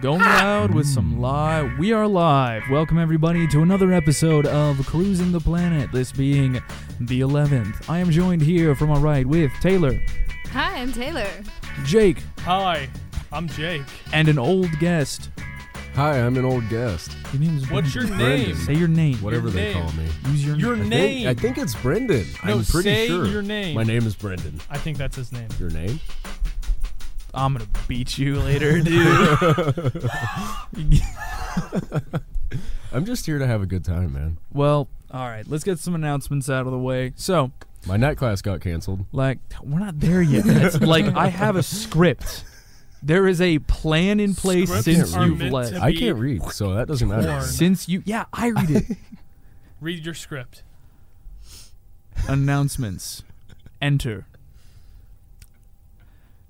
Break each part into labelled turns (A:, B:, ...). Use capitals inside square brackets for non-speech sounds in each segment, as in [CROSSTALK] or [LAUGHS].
A: Going loud with some live. We are live. Welcome everybody to another episode of Cruising the Planet. This being the 11th. I am joined here from my right with Taylor,
B: Hi, I'm Taylor.
A: Jake,
C: Hi, I'm Jake.
A: and an old guest.
D: Hi, I'm an old guest.
A: Your name's
C: What's your
A: Brendan.
C: name?
A: Say your name.
D: Whatever
C: Your
D: they
C: name.
D: call me.
A: Use your,
C: Your
A: name.
D: I think-
C: name.
D: I think it's Brendan.
C: No,
D: I'm pretty
C: say
D: sure.
C: your name.
D: My name is Brendan.
C: I think that's his name.
D: Your name?
A: I'm gonna beat you
C: [LAUGHS]
A: later, dude.
D: I'm just here to have a good time, man.
A: well, all right. Let's get some announcements out of the way. So,
D: My night class got canceled.
A: like, we're not there yet. That's-
C: [LAUGHS]
A: like, I have a script. There is a plan in place
C: Scripts
A: since
D: are
A: you've
C: meant
A: left.
C: to
D: I
C: be
D: can't read, so that doesn't matter.
C: torn.
A: Since you, yeah, I read it.
C: Read your script.
A: Announcements. Enter.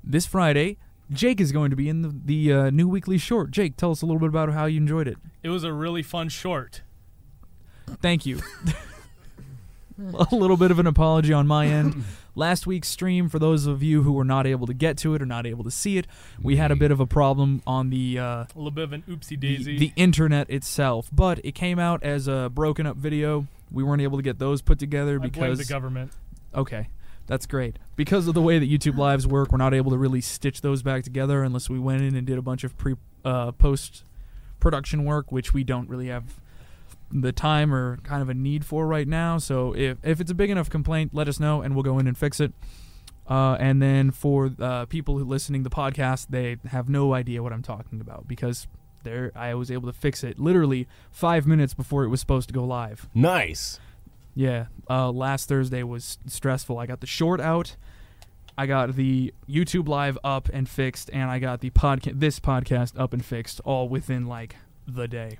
A: This Friday, Jake is going to be in the, the uh, new weekly short. Jake, tell us a little bit about how you enjoyed it.
C: It was a really fun short.
A: Thank you. [LAUGHS] a little bit of an apology on my
C: [LAUGHS]
A: end. Last week's stream, for those of you who were not able to get to it or not able to see it, we had a
C: Mm.
A: bit of a problem on the. Uh,
C: A little bit of an oopsie daisy.
A: the, the internet itself, but it came out as a broken up video. We weren't able to get those put together
C: I blame the
A: because
C: government.
A: Okay. That's great. Because of the way that YouTube Lives work, we're not able to really stitch those back together unless we went in and did a bunch of pre uh, post production work, which we don't really have the time or kind of a need for right now. So if, if it's a big enough complaint, let us know and we'll go in and fix it. Uh, and then for uh, people who listening to the podcast, they have no idea what I'm talking about because there I was able to fix it literally five minutes before it was supposed to go live.
D: Nice.
A: Yeah. Uh, last Thursday was stressful. I got the short out. I got the YouTube live up and fixed, and I got the podcast, this podcast up and fixed, all within like the day,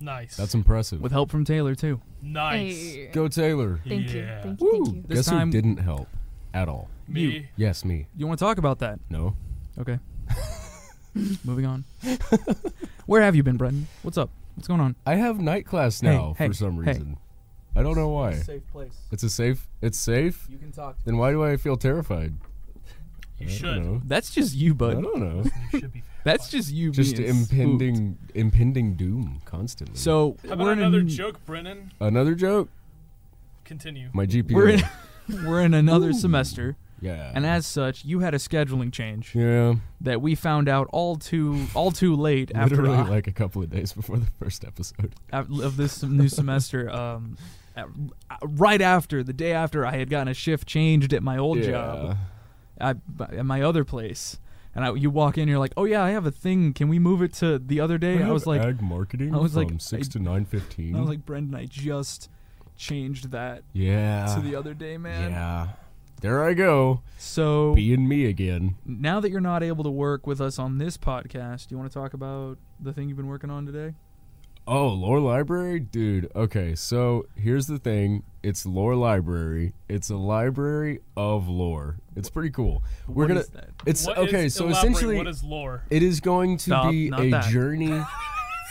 C: Nice.
D: That's impressive.
A: with help from Taylor too.
C: nice.
B: Hey.
D: Go Taylor.
B: Thank
C: Yeah.
B: you. Thank you.
D: Woo.
B: Thank you.
A: This
D: Guess
A: time-
D: who didn't help at all?
C: Me.
A: You.
D: Yes, me.
A: You want to talk about that?
D: No.
E: [LAUGHS]
A: Okay. Moving on. Where have you been, Brendan? What's up? What's going on?
D: I have night class
A: Hey,
D: now
A: hey,
D: for some
A: hey.
D: reason. I don't know why.
E: safe place.
D: It's a safe. It's safe.
E: You can talk
D: Then why do I feel terrified?
C: You
D: I
C: should.
D: don't know.
A: That's just you,
D: I
A: bud.
D: don't know.
C: You
D: [LAUGHS]
C: should be.
A: That's just you.
D: Just
A: being
D: impending,
A: spooked.
D: impending doom constantly.
A: So
C: How
A: we're
C: about
A: in
C: another
A: an-
C: joke, Brennan?
D: Another joke.
C: Continue.
D: My GPA.
A: We're in [LAUGHS] we're in another semester,
D: yeah.
A: and as such, you had a scheduling change.
D: yeah,
A: that we found out all too all too late after
D: literally
A: uh,
D: like a couple of days before the first episode.
A: af- of this new semester. Um, at- right after the day after I had gotten a shift changed at my [LAUGHS] old job, I, at my other place, and I, you walk in, you're like, "Oh yeah, I have a thing. Can we move it to the other day?" I was like,
D: ag marketing.
A: I was like,
D: from six
A: I-
D: to nine fifteen.
A: "I was like, Brendan, I just changed that
D: yeah,
A: to the other day, man."
D: Ah,
A: Oh.
D: yeah. There I go,
A: So
D: being me again.
A: now that you're not able to work with us on this podcast, do you want to talk about the thing you've been working on today?
D: Oh, lore library, dude. Okay, so here's the thing. It's lore library. It's a library of lore. It's pretty cool. We're
A: What
D: gonna.
A: is that?
D: It's
C: What
D: okay.
C: is-
D: so
C: elaborate,
D: essentially,
C: what is lore?
D: It is going to
A: Stop,
D: be
A: not
D: a
A: that. [LAUGHS]
D: journey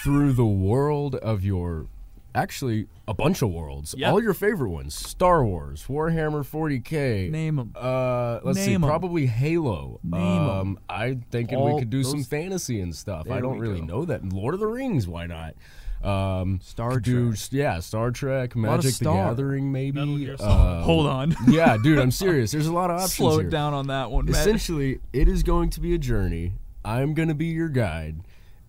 D: through the world of your actually a bunch of worlds.
A: Yep.
D: All your favorite ones. Star Wars, Warhammer 40K.
A: Name 'em.
D: Uh, let's see,
A: Name 'em.
D: probably Halo.
A: Name 'em.
D: um, I'm thinking
A: All
D: we could do some
A: those-
D: fantasy and stuff.
A: There
D: I don't
A: we
D: really
A: go.
D: know that. Lord of the Rings, why not? Um,
A: Star
D: could do-
A: Trek.
D: yeah, Star Trek,
A: lot of
D: Magic
A: Star.
D: the Gathering,
C: Metal
D: maybe.
C: Gear Solid.
D: um,
A: Hold on.
D: yeah, dude, I'm serious. There's a
A: [LAUGHS]
D: lot of options
A: Slow
D: here.
A: it down on that one. Matt.
D: Essentially, it is going to be a journey. I'm going to be your guide,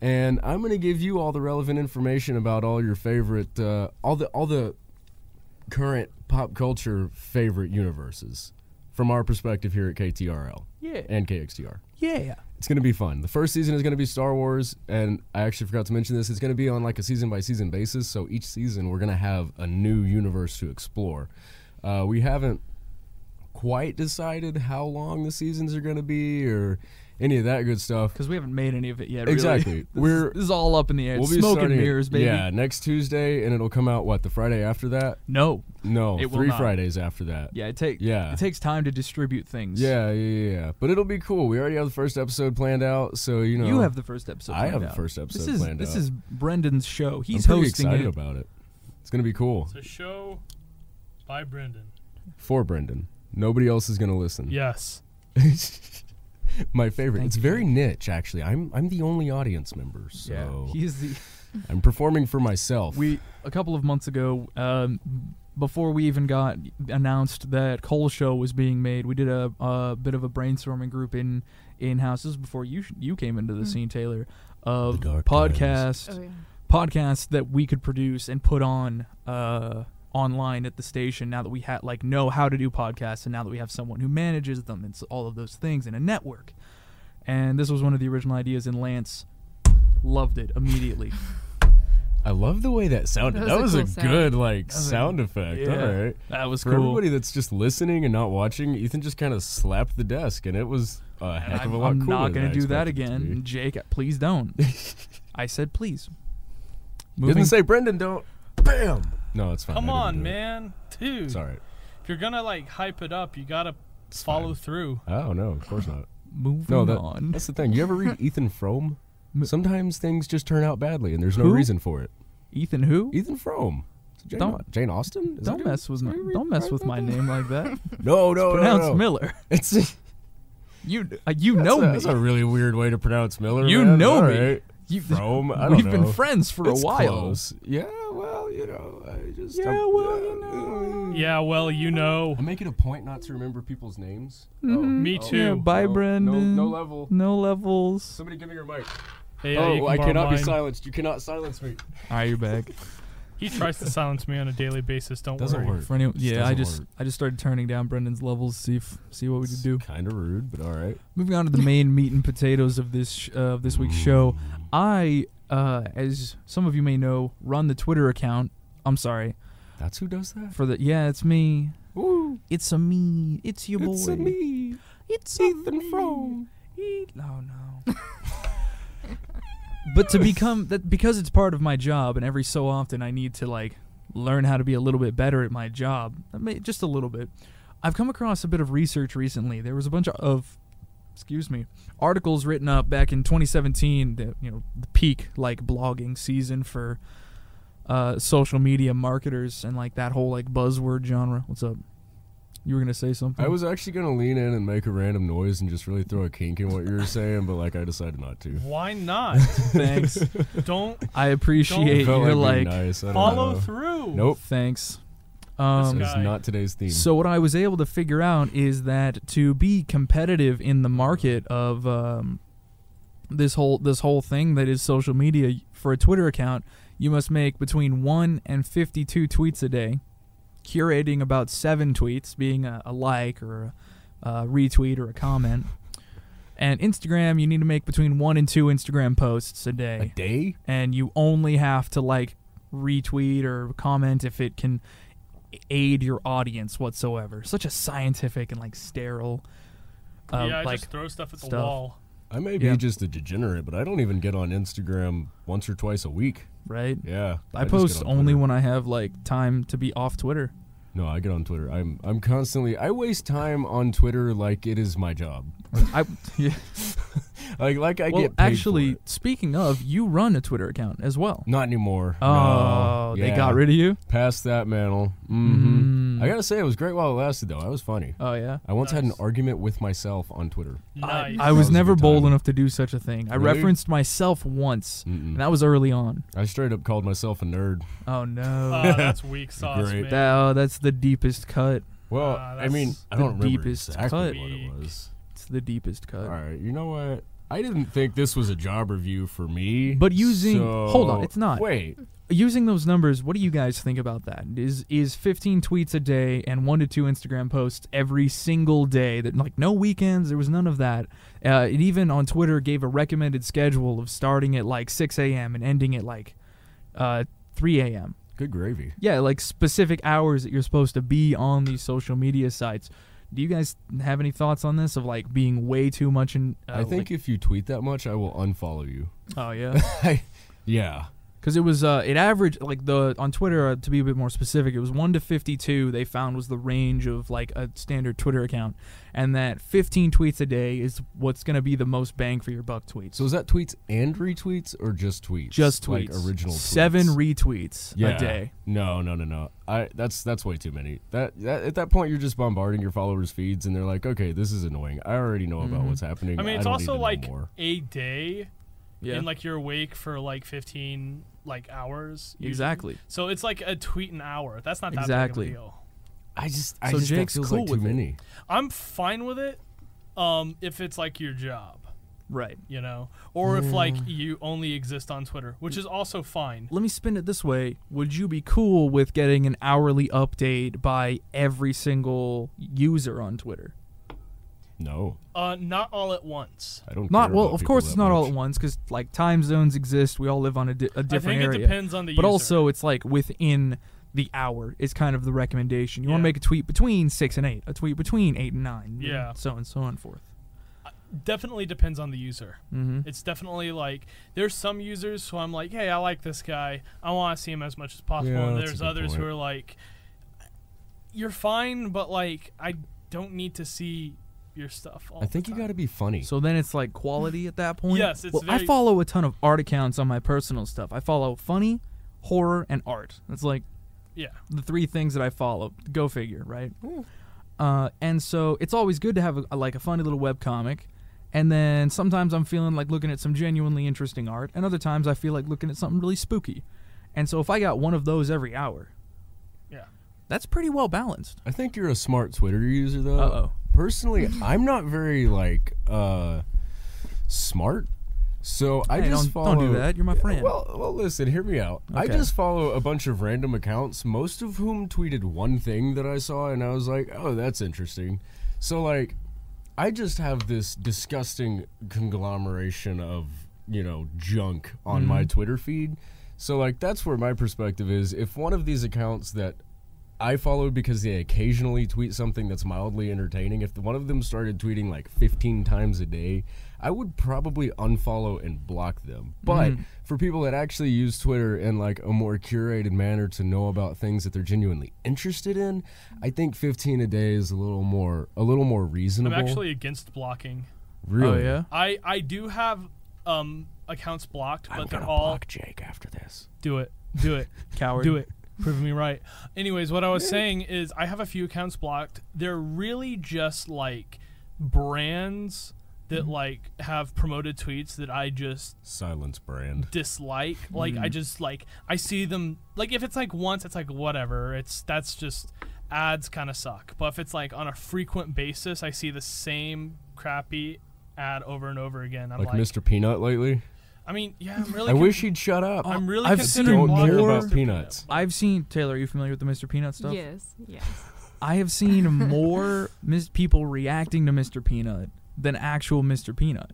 D: and I'm going to give you all the relevant information about all your favorite, uh, all the all the current pop culture favorite universes from our perspective here at KTRL
A: Yeah.
D: and KXTR.
A: Yeah.
D: It's going to be fun. The first season is going to be Star Wars, and I actually forgot to mention this. It's going to be on like a season by season basis. So each season, we're going to have a new universe to explore. Uh, we haven't quite decided how long the seasons are going to be or any of that good stuff.
A: Because we haven't made any of it yet. Really.
D: Exactly.
A: [LAUGHS] this
D: We're-
A: is, this is all up in the air.
D: We'll
A: It's
D: be
A: smoke and
D: starting it-
A: mirrors, baby.
D: Yeah, next Tuesday, and it'll come out what the Friday after that.
A: No.
D: No,
A: It will
D: three
A: not.
D: Fridays after that.
A: Yeah. It takes.
D: Yeah.
A: It takes time to distribute things.
D: yeah, yeah, yeah. But it'll be cool. We already have the first episode planned out, so you know
A: You have the first episode.
D: I
A: planned
D: have the
A: out.
D: first episode
A: This is
D: planned
A: this
D: out.
A: is Brendan's show. He's
D: I'm pretty
A: hosting
D: excited
A: it.
D: about it. It's going to be cool.
C: It's a show by Brendan.
D: Mm. for Brendan. Nobody else is going to listen.
C: Yes.
D: my favorite.
A: Thank
D: it's
A: you,
D: very niche, actually. I'm I'm the only audience member, so
A: He is the
D: I'm performing for myself.
A: we a couple of months ago um, before we even got announced that Cole show was being made we did a, a bit of a brainstorming group in in house this is before you you came into the
B: Mm.
A: scene Taylor of
D: Hmm. The dark
A: podcast
B: Oh yeah.
A: podcasts that we could produce and put on uh, online at the station now that we had like know how to do podcasts and now that we have someone who manages them and s- all of those things in a network and this was one of the original ideas and lance loved it immediately [LAUGHS]
D: I love the way that sounded.
B: That
D: That was
B: was
D: a,
B: a cool sound.
D: good like
A: was a-
D: sound effect.
A: yeah.
D: All right.
A: that was
D: For
A: cool
D: everybody that's just listening and not watching, Ethan just kind of slapped the desk, and it was a
A: And
D: heck
A: I'm,
D: of a lot
A: I'm
D: cooler.
A: not
D: going
A: gonna
D: to
A: do that again jake please
D: [LAUGHS]
A: don't i said please Moving-
D: Didn't say Brendan don't. Bam. No, it's fine.
C: Come
D: I didn't do
C: on,
D: it.
C: man. Dude.
D: It's all right.
C: If you're gonna like hype it up, you gotta
D: It's
C: follow
D: fine.
C: through.
D: Oh no, of course not.
A: [LAUGHS] moving
D: No, that-
A: on
D: That's the thing. You
A: [LAUGHS]
D: ever read Ethan Frome?
A: M-
D: Sometimes things just turn out badly, and there's no
A: Who?
D: reason for it.
A: ethan who
D: Ethan Frome. Is it Jane,
A: Don't-
D: Jane Austen? Is that
A: don't
D: who-
A: mess with
D: is
A: my
D: that who
A: don't mess
D: wrote
A: with
D: that
A: my
D: down?
A: name like
D: [LAUGHS]
A: that
D: No, no, no,
A: pronounce
D: no.
A: miller
D: It's a,
A: you uh, you [LAUGHS] know
D: that's a,
A: me
D: That's a really weird way to pronounce Miller.
A: You
D: man.
A: know
D: All
A: me. [LAUGHS]
D: right.
A: You've,
D: Rome? I don't
A: we've been
D: know.
A: friends for
D: It's
A: a while.
D: close. Yeah, well, you know, I just
A: Yeah,
D: I'm-
A: well, you
D: yeah,
A: know.
D: uh,
C: Yeah, well, you know.
D: I make it a point not to remember people's names.
C: Me
D: oh,
A: Mm-hmm.
C: too.
A: Yeah, bye,
D: no, no-
A: Brendan.
D: No, level.
A: No levels.
D: Somebody give me your mic.
C: Hey, uh,
D: oh,
C: you can
D: I
C: borrow
D: cannot be
C: mine.
D: silenced. You cannot silence me.
A: All right, you're back.
C: He tries to silence me on a daily basis. Don't
D: Doesn't
C: worry.
D: work.
A: For anyone,
D: Just
A: yeah, I
D: doesn't
A: just
D: work.
A: I just started turning down Brendan's levels. See if see what we could do.
D: Kind of rude, but all right.
A: Moving on to the main meat and potatoes of this sh- uh, of this week's show. I, uh, as some of you may know, run the Twitter account. I'm sorry
D: That's who does that.
A: for the yeah, it's me.
D: Ooh,
A: It's a me. It's your boy.
D: it's a me,
A: It's a
D: Ethan
A: me.
D: Frome.
A: Eat- Oh no. but to become that because it's part of my job and every so often I need to like learn how to be a little bit better at my job. I mean, just a little bit. I've come across a bit of research recently. There was a bunch of excuse me, articles written up back in 2017, the, you know, the peak like blogging season for uh, social media marketers and like that whole like buzzword genre. What's up? You were going to say something?
D: I was actually gonna lean in and make a random noise and just really throw a kink in what you were saying, but like I decided not to.
A: [LAUGHS]
C: Why
D: [LAUGHS]
C: not?
A: thanks.
C: Don't
A: [LAUGHS] I
D: It
A: appreciate
D: felt
A: your
D: being
A: like
D: nice. I don't
C: follow
D: know.
C: through.
D: Nope.
A: Thanks.
D: This
A: Um,
D: is
C: guy.
D: not today's theme.
A: so what I was able to figure out is that to be competitive in the market of um, this whole this whole thing that is social media for a Twitter account, you must make between one and fifty-two tweets a day, curating about seven tweets, being a, a like or a, a retweet or a comment. And Instagram, you need to make between one and two Instagram posts a day
D: a day?
A: and you only have to like retweet or comment if it can aid your audience whatsoever. Such a scientific and like sterile, uh,
C: yeah, I
A: like
C: just throw stuff at the
A: stuff.
C: wall.
D: I may
A: Yeah.
D: be just a degenerate, but I don't even get on Instagram once or twice a week.
A: right.
D: Yeah,
A: I,
D: just
A: post
D: get on
A: only
D: Twitter.
A: when I have like time to be off
D: [LAUGHS]
A: Twitter.
D: No, I get on Twitter. I'm I'm constantly. I waste time on Twitter like it is my job.
A: I yeah.
D: Like like I
A: well,
D: get paid for
A: actually,
D: it.
A: speaking of, you run a Twitter account as well.
D: Not anymore.
A: Oh,
D: No.
A: they
D: Yeah.
A: got rid Mm. of you.
D: Past that mantle. hmm I gotta say, it was great while it lasted, though. I was funny.
A: Oh yeah.
D: I once had an
C: Nice.
D: argument with myself on Twitter.
C: Nice.
A: I, I was
D: That was a
A: never
D: good
A: bold
D: time.
A: enough to do such a thing. I
D: Really? Mm.
A: referenced myself once, and
D: Mm-mm.
A: that was early on.
D: I straight up called myself a nerd.
A: Oh no. [LAUGHS]
C: Ah, that's weak sauce,
D: Great.
C: man.
A: That- oh, that's the deepest cut.
D: Well,
C: Ah,
D: I mean,
C: that's
D: I don't
A: the
D: remember
A: deepest
D: exactly
A: cut.
D: what it was.
A: It's the deepest cut.
D: All right, you know what? I didn't think this was a job review for me.
A: But using-
D: so-
A: hold on, it's not.
D: Wait,
A: Using those numbers, what do you guys think about that? Is is 15 tweets a day and one to two Instagram posts every single day? That like no weekends, there was none of that. Uh, it even on Twitter gave a recommended schedule of starting at like 6 a.m. and ending at like uh, 3 a.m.
D: good gravy.
A: Yeah, like specific hours that you're supposed to be on these social media sites. Do you guys have any thoughts on this of like being way too much in? Uh,
D: I
A: like-
D: think if you tweet that much, I will unfollow you.
A: oh yeah.
D: I, yeah.
A: because it was uh, it averaged like the on Twitter uh, to be a bit more specific, it was one to fifty two. They found was the range of like a standard Twitter account, and that fifteen tweets a day is what's going to be the most bang for your buck tweets.
D: So is that tweets and retweets or just tweets?
A: just
D: like
A: tweets,
D: original
A: seven
D: tweets?
A: retweets
D: yeah.
A: a day.
D: No, no, no, no. I that's that's way too many. That, that at that point you're just bombarding your followers' feeds, and they're like, okay, this is annoying. I already know about what's happening.
C: I mean, it's
D: don't need
C: also
D: to know
C: like
D: more.
C: a day,
A: Yeah,
C: and like you're awake for like 15 like hours. usually.
A: exactly.
C: So it's like a tweet an hour. That's not that
A: Exactly.
C: big of a deal.
D: I just I
A: So
D: just that
A: Jake's
D: feels
A: cool
D: like too
A: with it.
D: many.
C: I'm fine with it, um, if it's like your job,
A: Right.
C: you know, or if like
A: Mm.
C: you only exist on Twitter, which is also fine.
A: Let me spin it this way. Would you be cool with getting an hourly update by every single user on Twitter?
D: No,
C: Uh, not all at once.
D: I don't.
A: Not
D: care
A: well,
D: about
A: of
D: people
A: course
D: that
A: it's not all
D: much.
A: at once cuz like time zones exist. We all live on a, di- a
C: I
A: different
C: think
A: area.
C: it depends on the.
A: but
C: user.
A: also it's like within the hour is kind of the recommendation. You want
C: Yeah.
A: to make a tweet between 6 and 8, a tweet between 8 and 9, and
C: Yeah.
A: so and so on forth.
C: definitely depends on the user.
D: Mm-hmm.
A: Mhm.
C: It's definitely like there's some users who I'm like, hey, I like this guy. I want to see him as much as possible.
D: Yeah,
C: and
D: that's a
C: there's
D: good
C: others who
D: point.
C: are like, you're fine, but like I don't need to see your stuff. All
D: I think
C: the
D: you
C: time.
D: got to be funny.
A: So then it's like quality at that point.
C: Yes, it's
A: well, I
C: very-
A: follow a ton of art accounts on my personal stuff. I follow funny, horror, and art. That's like
C: Yeah.
A: the three things that I follow. Go figure, right? Uh, and so it's always good to have a, like a funny little web comic. And then sometimes I'm feeling like looking at some genuinely interesting art, and other times I feel like looking at something really spooky. And so if I got one of those every hour,
C: Yeah.
A: that's pretty well balanced.
D: I think you're a smart Twitter user though.
A: Uh-oh.
D: Personally, I'm not very like uh smart. So I
A: Hey,
D: just
A: don't-
D: follow
A: don't do that. You're my friend.
D: Well, well listen, hear me out. I
A: Okay.
D: just follow a bunch of random accounts, most of whom tweeted one thing that I saw and I was like, "Oh, that's interesting." So like I just have this disgusting conglomeration of, you know, junk on my Twitter feed. So like that's where my perspective is. If one of these accounts that I follow because they occasionally tweet something that's mildly entertaining. If one of them started tweeting like 15 times a day, I would probably unfollow and block them. But for people that actually use Twitter in like a more curated manner to know about things that they're genuinely interested in, I think 15 a day is a little more a little more
C: I'm
D: reasonable.
C: actually against blocking.
D: really.
A: Oh yeah.
C: I I do have um accounts blocked, but
D: I'm
C: they're
D: gonna
C: all
D: block Jake after this.
C: do it, do
D: [LAUGHS]
C: it.
A: Coward.
C: Do it. Proving me right. Anyways, what I was saying is I have a few accounts blocked. They're really just like brands
D: Mm-hmm.
C: that like have promoted tweets that I just
D: Silence brand.
C: dislike. Like
D: Mm-hmm.
C: I just like I see them like if it's like once it's like whatever. It's that's just ads kind of suck. But if it's like on a frequent basis, I see the same crappy ad over and over again. I'm
D: Like,
C: like,
D: Mr. Peanut lately.
C: I mean, yeah, I'm really
D: I wish he'd shut up.
C: I'm really
A: I've
C: considering
A: seen
C: blocking
A: more-
C: Mr. Peanut.
A: I've seen Taylor. Are you familiar with the Mr. Peanut stuff?
B: Yes, yes.
A: I have seen more mis- people reacting to Mr. Peanut than actual Mr. Peanut.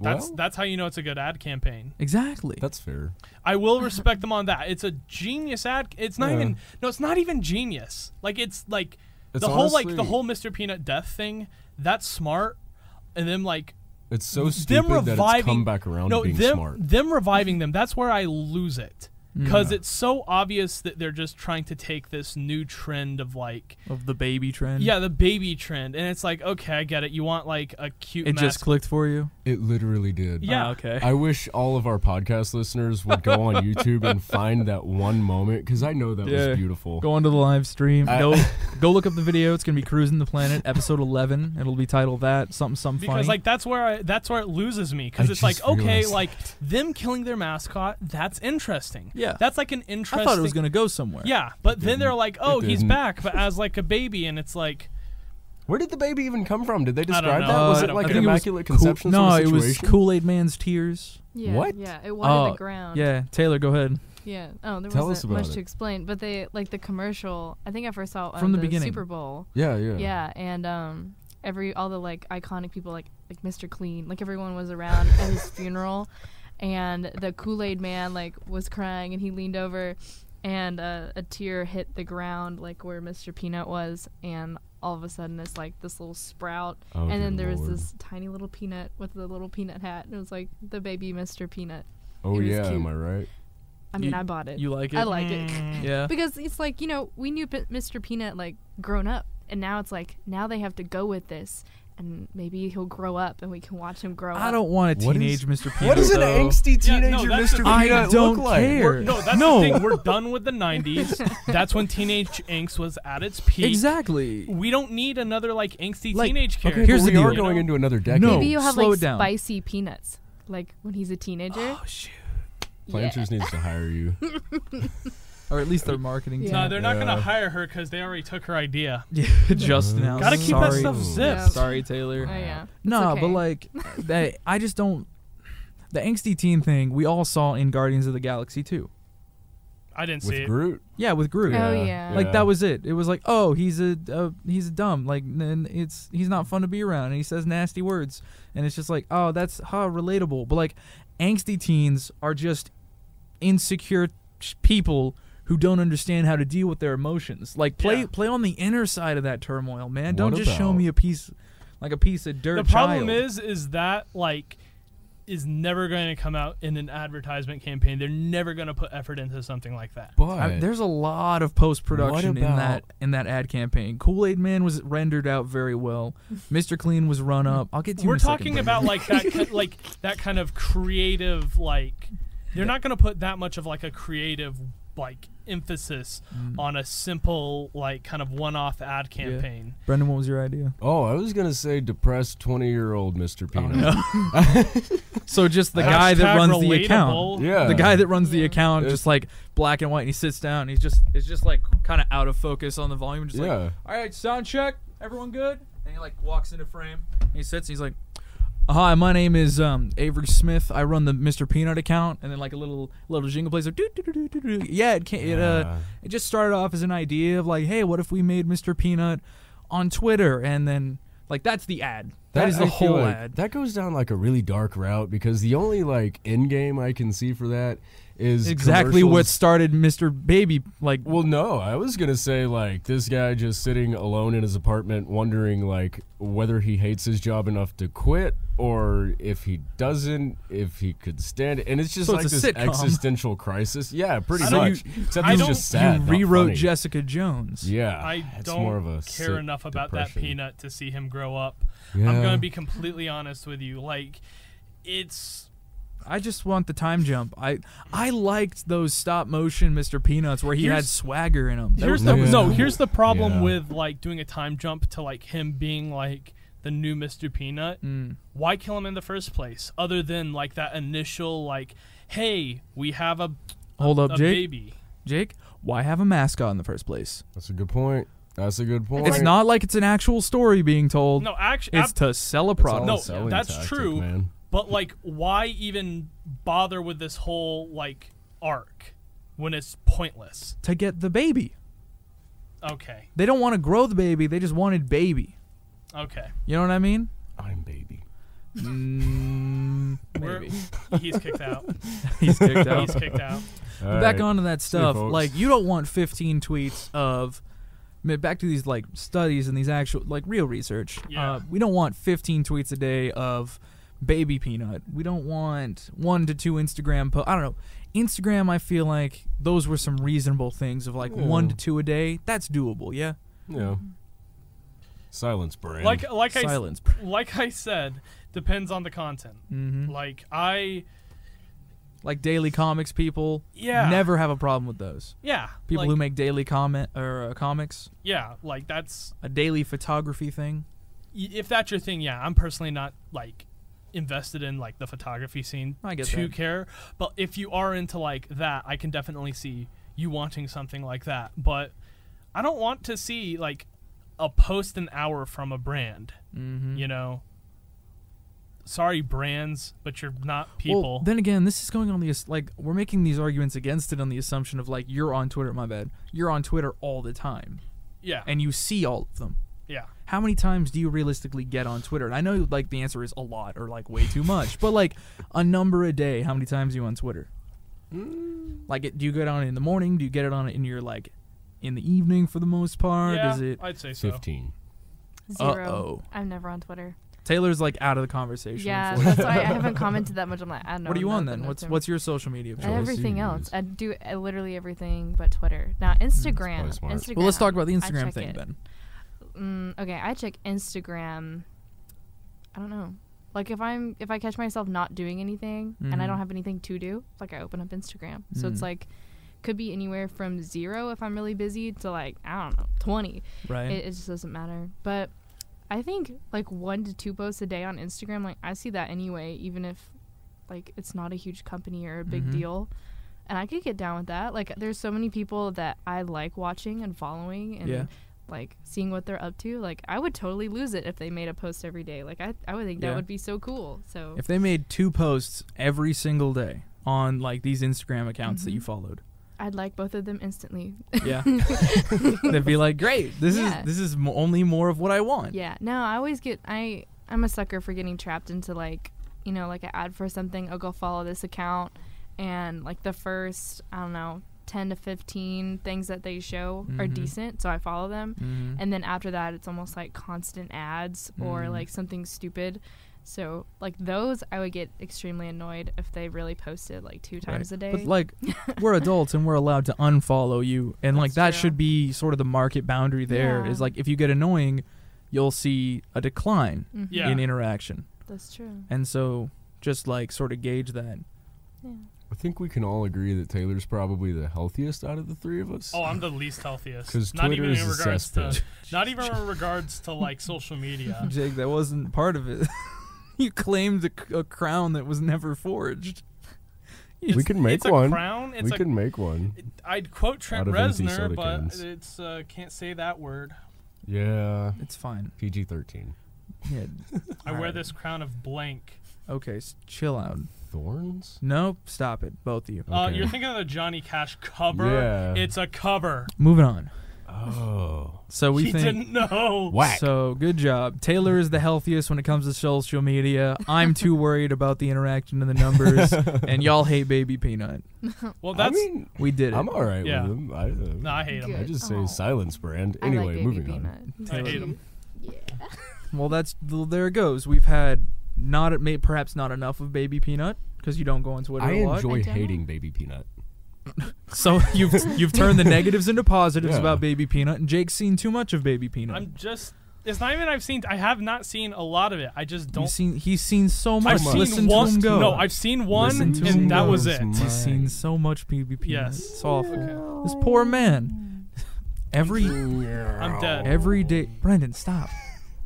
C: That's
D: Well,
C: that's how you know it's a good ad campaign.
A: Exactly.
D: that's fair.
C: I will respect them on that. It's a genius ad. It's not
D: Yeah.
C: even no. It's not even genius. Like it's like
D: It's
C: the whole like the
D: honestly-
C: whole Mr. Peanut death thing. That's smart. And then like
D: It's so
C: them
D: stupid
C: reviving
D: that it's come back around
C: no,
D: to being
C: them,
D: smart.
C: Them reviving them. That's where I lose it because it's so obvious that they're just trying to take this new trend of like
A: of the baby trend.
C: yeah the baby trend and it's like okay I get it. You want like a cute
A: It just
C: mascot.
A: clicked for you.
D: It literally did.
C: Yeah.
A: Ah, okay.
D: I wish all of our podcast listeners would
C: [LAUGHS]
D: go on YouTube and find that one moment because I know that
A: Yeah.
D: was beautiful.
A: Go onto the live stream.
D: I- [LAUGHS]
A: go go look up the video. It's gonna be cruising the planet, episode eleven. It'll be titled that something something
C: because
A: funny.
C: like that's where I, that's where it loses me because
D: I
C: it's like
D: just
C: okay
D: realized
C: like them killing their mascot that's interesting
A: Yeah.
C: that's like an interesting
A: I thought it was gonna go somewhere.
C: yeah but then they're like oh
D: It
C: he's
D: didn't.
C: back but as like a baby and it's like
D: Where did the baby even come from? Did they
C: don't
D: describe
C: know.
D: that?
C: Uh,
D: was
C: I
D: it
C: don't
D: like
C: know. I
D: an
C: think it was
D: immaculate conception
A: No,
D: sort of
A: it was
D: situation?
A: Kool Aid Man's tears.
B: Yeah,
D: What?
B: Yeah, it wanted
A: Oh,
B: the ground.
A: Yeah, Taylor, go ahead.
B: yeah. Oh, there
D: Tell us
B: wasn't
D: about
B: much
D: it.
B: to explain, but they like the commercial. I think I first saw it on
A: From the beginning.
B: Super Bowl.
D: Yeah, yeah.
B: Yeah. and um, every all the like iconic people like like Mr. Clean, like everyone was around at his funeral, and the Kool Aid Man like was crying, and he leaned over, and uh, a tear hit the ground like where Mr. Peanut was, and all of a sudden it's like this little sprout,
D: Oh,
B: and then
D: good
B: there was
D: lord.
B: this tiny little peanut with the little peanut hat, and it was like the baby Mr. Peanut.
D: Oh
B: It was
D: yeah,
B: cute.
D: am I right?
B: I mean,
A: You-
B: I bought it.
A: You like it?
B: I like it.
A: Yeah.
B: [LAUGHS] because it's like you know we knew P- Mr. Peanut like grown up, and now it's like now they have to go with this, and maybe he'll grow up, and we can watch him grow up.
A: I don't want a
D: What
A: teenage
D: is-
A: Mr. Peanut.
E: What does an
A: though.
E: angsty
C: Yeah,
E: teenager
C: no, that's
E: Mr.
C: the-
A: I
E: Peanut
A: don't
E: look like?
A: care.
C: No, that's
A: No.
C: the thing. We're done with
A: [LAUGHS]
C: the '90s. that's when teenage angst was at its peak.
A: Exactly.
C: We don't need another like angsty
A: Like,
C: teenage
A: okay,
C: character.
A: Here's
D: But
A: the
D: we are
A: deal.
D: going into another decade.
A: No.
B: Maybe you'll have
A: slow
B: like
A: it down.
B: spicy peanuts, like when he's a teenager.
A: Oh shoot.
D: Planters needs to
B: [LAUGHS]
D: hire you.
A: Or at least their marketing
B: Yeah.
C: No,
A: team.
C: they're not
D: Yeah.
C: gonna hire her because they already took her idea.
A: [LAUGHS] Yeah, just
D: Uh-huh.
A: now.
C: Gotta keep
A: Sorry.
C: that stuff zipped.
B: Yeah.
A: Sorry, Taylor.
B: Oh yeah. It's
A: No,
B: okay.
A: but like that I just don't the angsty teen thing we all saw in Guardians of the Galaxy too.
C: I didn't see
D: With
C: it.
D: Groot.
A: Yeah, with Groot.
B: Yeah. Oh, yeah.
A: Like that was it. It was like, oh, he's a uh, he's a dumb. Like and it's he's not fun to be around, and he says nasty words, and it's just like, oh, that's how relatable. But like, angsty teens are just insecure ch- people who don't understand how to deal with their emotions. Like play
C: Yeah.
A: play on the inner side of that turmoil, man. Don't
D: What
A: just show
D: about-
A: me a piece like a piece of dirt.
C: The problem
A: child.
C: is, is that like is never going to come out in an advertisement campaign. They're never going to put effort into something like that.
D: But
A: I- there's a lot of post production in
D: about-
A: that in that ad campaign. Kool Aid Man was rendered out very
C: [LAUGHS]
A: well. Mr. Clean was run up. I'll get to you
C: We're
A: in a second,
C: talking
A: Brandon.
C: about like that,
A: [LAUGHS]
C: ki- like that kind of creative. Like they're not going to put that much of like a creative like emphasis
A: Mm.
C: on a simple like kind of one-off ad campaign.
A: Brendan, what was your idea?
D: oh, I was gonna say depressed twenty-year-old Mr. Peanut.
A: So just the guy that
C: Hashtag
A: runs the account,
C: relatable.
D: Yeah.
A: the guy that runs the
B: Yeah.
A: account,
D: It's-
A: just like black and white, and he sits down. And he's just it's just like kind of out of focus on the volume. Just
D: Yeah.
A: like, all right, sound check, everyone good? And he like walks into frame. And he sits. And he's like, hi, my name is um, Avery Smith. I run the Mr. Peanut account. And then like a little little jingle plays. Like, doo, doo, doo, doo, doo, doo. yeah, it can't. It, uh,
D: Yeah.
A: it just started off as an idea of like, hey, what if we made Mr. Peanut on Twitter? And then like that's the ad. that is the
D: I feel
A: whole
D: like-
A: ad.
D: That goes down like a really dark route because the only like end game I can see for that is
A: exactly what
D: commercials.
A: started Mr. Baby. Like,
D: Well, no, I was gonna say like this guy just sitting alone in his apartment, wondering like whether he hates his job enough to quit or if he doesn't, if he could stand it, and it's just
A: So
D: like
A: it's a
D: this
A: sitcom.
D: existential crisis. Yeah, pretty
A: So you-
D: much. Except
C: I
D: it's
C: don't-
D: just
A: you
D: sad. not
A: rewrote
D: funny.
A: Jessica Jones.
D: Yeah,
C: I
D: it's
C: don't
D: more of a
C: care
D: sick
C: enough about that
D: depression.
C: peanut to see him grow up.
D: Yeah.
C: I'm going to be completely honest with you. Like, it's
A: I just want the time jump. I I liked those stop motion Mr. Peanuts where he had
C: Here's-
A: swagger in them.
C: here's
D: that
C: the
D: was
C: no.
D: cool.
C: Here's the problem
D: Yeah.
C: with like doing a time jump to like him being like the new Mr. Peanut.
A: Mm.
C: Why kill him in the first place? Other than like that initial like, hey, we have a,
A: Hold up,
C: a
A: Jake.
C: baby.
A: Jake, why have a mascot in the first place?
D: That's a good point. That's a good point.
A: It's not like it's an actual story being told.
C: No, actually,
A: it's to sell a
D: It's all
A: product.
C: No,
D: a selling
C: that's
D: tactic,
C: true.
D: man.
C: But like, why even bother with this whole like arc when it's pointless?
A: To get the baby.
C: Okay,
A: They don't want to grow the baby. They just wanted baby.
C: okay.
A: You know what I mean?
D: I'm baby.
A: Mm,
C: We're-
A: maybe.
C: [LAUGHS] he's
A: [LAUGHS]
C: kicked out.
A: He's
C: [LAUGHS]
A: kicked out.
C: He's kicked out.
A: But back onto that
D: ya,
A: stuff.
D: folks.
A: like you don't want 15 tweets of. I mean, Back to these like studies and these actual like real research.
C: Yeah.
A: Uh, we don't want 15 tweets a day of baby peanut. We don't want one to two Instagram po- I don't know. Instagram. I feel like those were some reasonable things of like one to two a day. That's doable. Yeah.
D: Yeah. Silence, brand.
C: Like, like I
A: Silence.
C: like I said, depends on the content. Like I,
A: Mm-hmm. Like daily comics people.
C: Yeah.
A: Never have a problem with those.
C: yeah,
A: People
C: like,
A: who make daily comment or uh, comics,
C: yeah, like that's
A: a daily photography thing.
C: y- if that's your thing. Yeah, I'm personally not like invested in like the photography scene
A: I get
C: to
A: that.
C: care, but if you are into like that, I can definitely see you wanting something like that. But I don't want to see like a post an hour from a brand. Mm-hmm. You know. Sorry, brands, but you're not people.
A: Well, then again, this is going on the ass- like we're making these arguments against it on the assumption of like you're on Twitter. My bad. You're on Twitter all the time,
C: yeah,
A: and you see all of them.
C: yeah.
A: How many times do you realistically get on Twitter? And I know like the answer is a lot or like way too much, but like a number a day. How many times are you on Twitter? Like, it, do you get on it in the morning? Do you get it on it in your like in the evening for the most part?
C: yeah,
A: is it?
C: I'd say so.
D: fifteen.
B: Zero.
A: Uh-oh.
B: I'm never on Twitter.
A: Taylor's like out of the conversation.
B: Yeah,
A: unfortunately.
B: that's why I
A: [LAUGHS]
B: haven't commented that much. I'm like, I don't know.
A: what are you
B: I'm
A: on
B: not
A: then?
B: gonna
A: What's
B: do-
A: what's your social media? of
D: Uh,
A: choice?
B: everything
D: choice?
B: else? I do uh, literally everything but Twitter.
A: Hmm,
B: Now Instagram.
D: probably smart.
B: Instagram.
A: well, let's talk about the
B: I
A: Instagram
B: check
A: thing
B: it.
A: then.
B: Mm, okay, I check Instagram. I don't know. Like if I'm if I catch myself not doing anything and I
A: Mhm.
B: don't have anything to do, like I open up Instagram. So it's
A: Mm.
B: like could be anywhere from zero if I'm really busy to like I don't know twenty.
A: Right.
B: It, it just doesn't matter. But I think like one to two posts a day on Instagram. Like I see that anyway, even if like it's not a huge company or a big
A: Mhm.
B: deal. And I could get down with that. Like there's so many people that I like watching and following and
A: Yeah.
B: like seeing what they're up to. Like I would totally lose it if they made a post every day. Like I, I would think
A: Yeah.
B: that would be so cool. So
A: if they made two posts every single day on like these Instagram accounts that you
B: Mm-hmm. [LAUGHS]
A: followed,
B: I'd like both of them instantly.
A: yeah, they'd be like, "Great, this
B: Yeah.
A: is this is m- only more of what I want."
B: Yeah. No, I always get I I'm a sucker for getting trapped into like, you know, like an ad for something, I'll go follow this account and like the first, I don't know, 10 to 15 things that they show are
A: Mhm.
B: decent, so I follow them.
A: Mhm.
B: And then after that, it's almost like constant ads or
A: Mm.
B: like something stupid. So, like those I would get extremely annoyed if they really posted like two
A: Right.
B: times a day.
A: But
B: [LAUGHS]
A: like, we're adults and we're allowed to unfollow you, and like that
B: That's true.
A: should be sort of the market boundary. There is
B: Yeah.
A: like, if you get annoying, you'll see a decline
B: Mhm.
C: Yeah.
A: in interaction,
B: That's true.
A: and so just like sort of gauge that.
B: Yeah.
D: I think we can all agree that Taylor's probably the healthiest out of the three of us.
C: Oh, I'm the least
A: [LAUGHS]
C: healthiest.
D: 'Cause
C: not
D: Twitter
C: even
D: is
C: in
D: a
C: regards to
D: cesspit.
C: not even in regards to like social media.
A: Jake, that wasn't part of it. [LAUGHS] you claimed a, c- a crown that was never forged.
D: we can make
C: it's a
D: one.
C: crown. It's
D: we
C: a,
D: can make one.
C: I'd quote Trent
D: Out of empty
C: Reznor,
D: soda
C: but
D: cans.
C: it's uh, can't say that word.
D: Yeah.
A: It's fine.
D: PG thirteen.
A: Yeah.
C: I wear
A: Alright.
C: this crown of blank.
A: Okay, s- chill out.
D: Thorns.
A: Nope, stop it, both of you.
C: Uh,
D: Okay.
C: you're thinking of the Johnny Cash cover.
D: Yeah.
C: It's a cover.
A: Moving on.
D: Oh.
A: So we
C: he
A: think.
C: didn't know.
D: Whack.
A: So good job. Taylor is the healthiest when it comes to social media. I'm too worried about the interaction and the numbers, and y'all hate Baby Peanut.
C: Well, that's
D: I mean,
A: We did it.
D: I'm all right
C: Yeah.
D: with them. I, uh,
C: no. I hate him.
D: I
B: Good.
D: just say
B: Oh.
D: silence, brand.
B: I like
D: Anyway,
B: baby
D: moving on.
B: peanut.
C: I hate him.
A: Well, that's there it goes. We've had not may, perhaps not enough of Baby Peanut because you don't go on Twitter
D: I
A: a lot.
D: enjoy
B: I don't.
D: hating Baby Peanut.
A: So [LAUGHS] you've you've turned the negatives into positives
D: Yeah.
A: about Baby Peanut, and Jake's seen too much of Baby Peanut.
C: I'm just. It's not even I've seen. I have not seen a lot of it. I just don't.
A: You've seen he's seen so much.
C: I've seen
A: Listen
C: one.
A: to him go.
C: No, I've seen one,
A: Listen to him
C: and that
A: go.
C: was it.
A: he's seen so much Baby Peanut.
C: Yes.
A: it's awful.
C: Okay.
A: This poor man.
D: [LAUGHS]
A: Every
D: I'm
C: dead.
A: every day, Brendan, stop.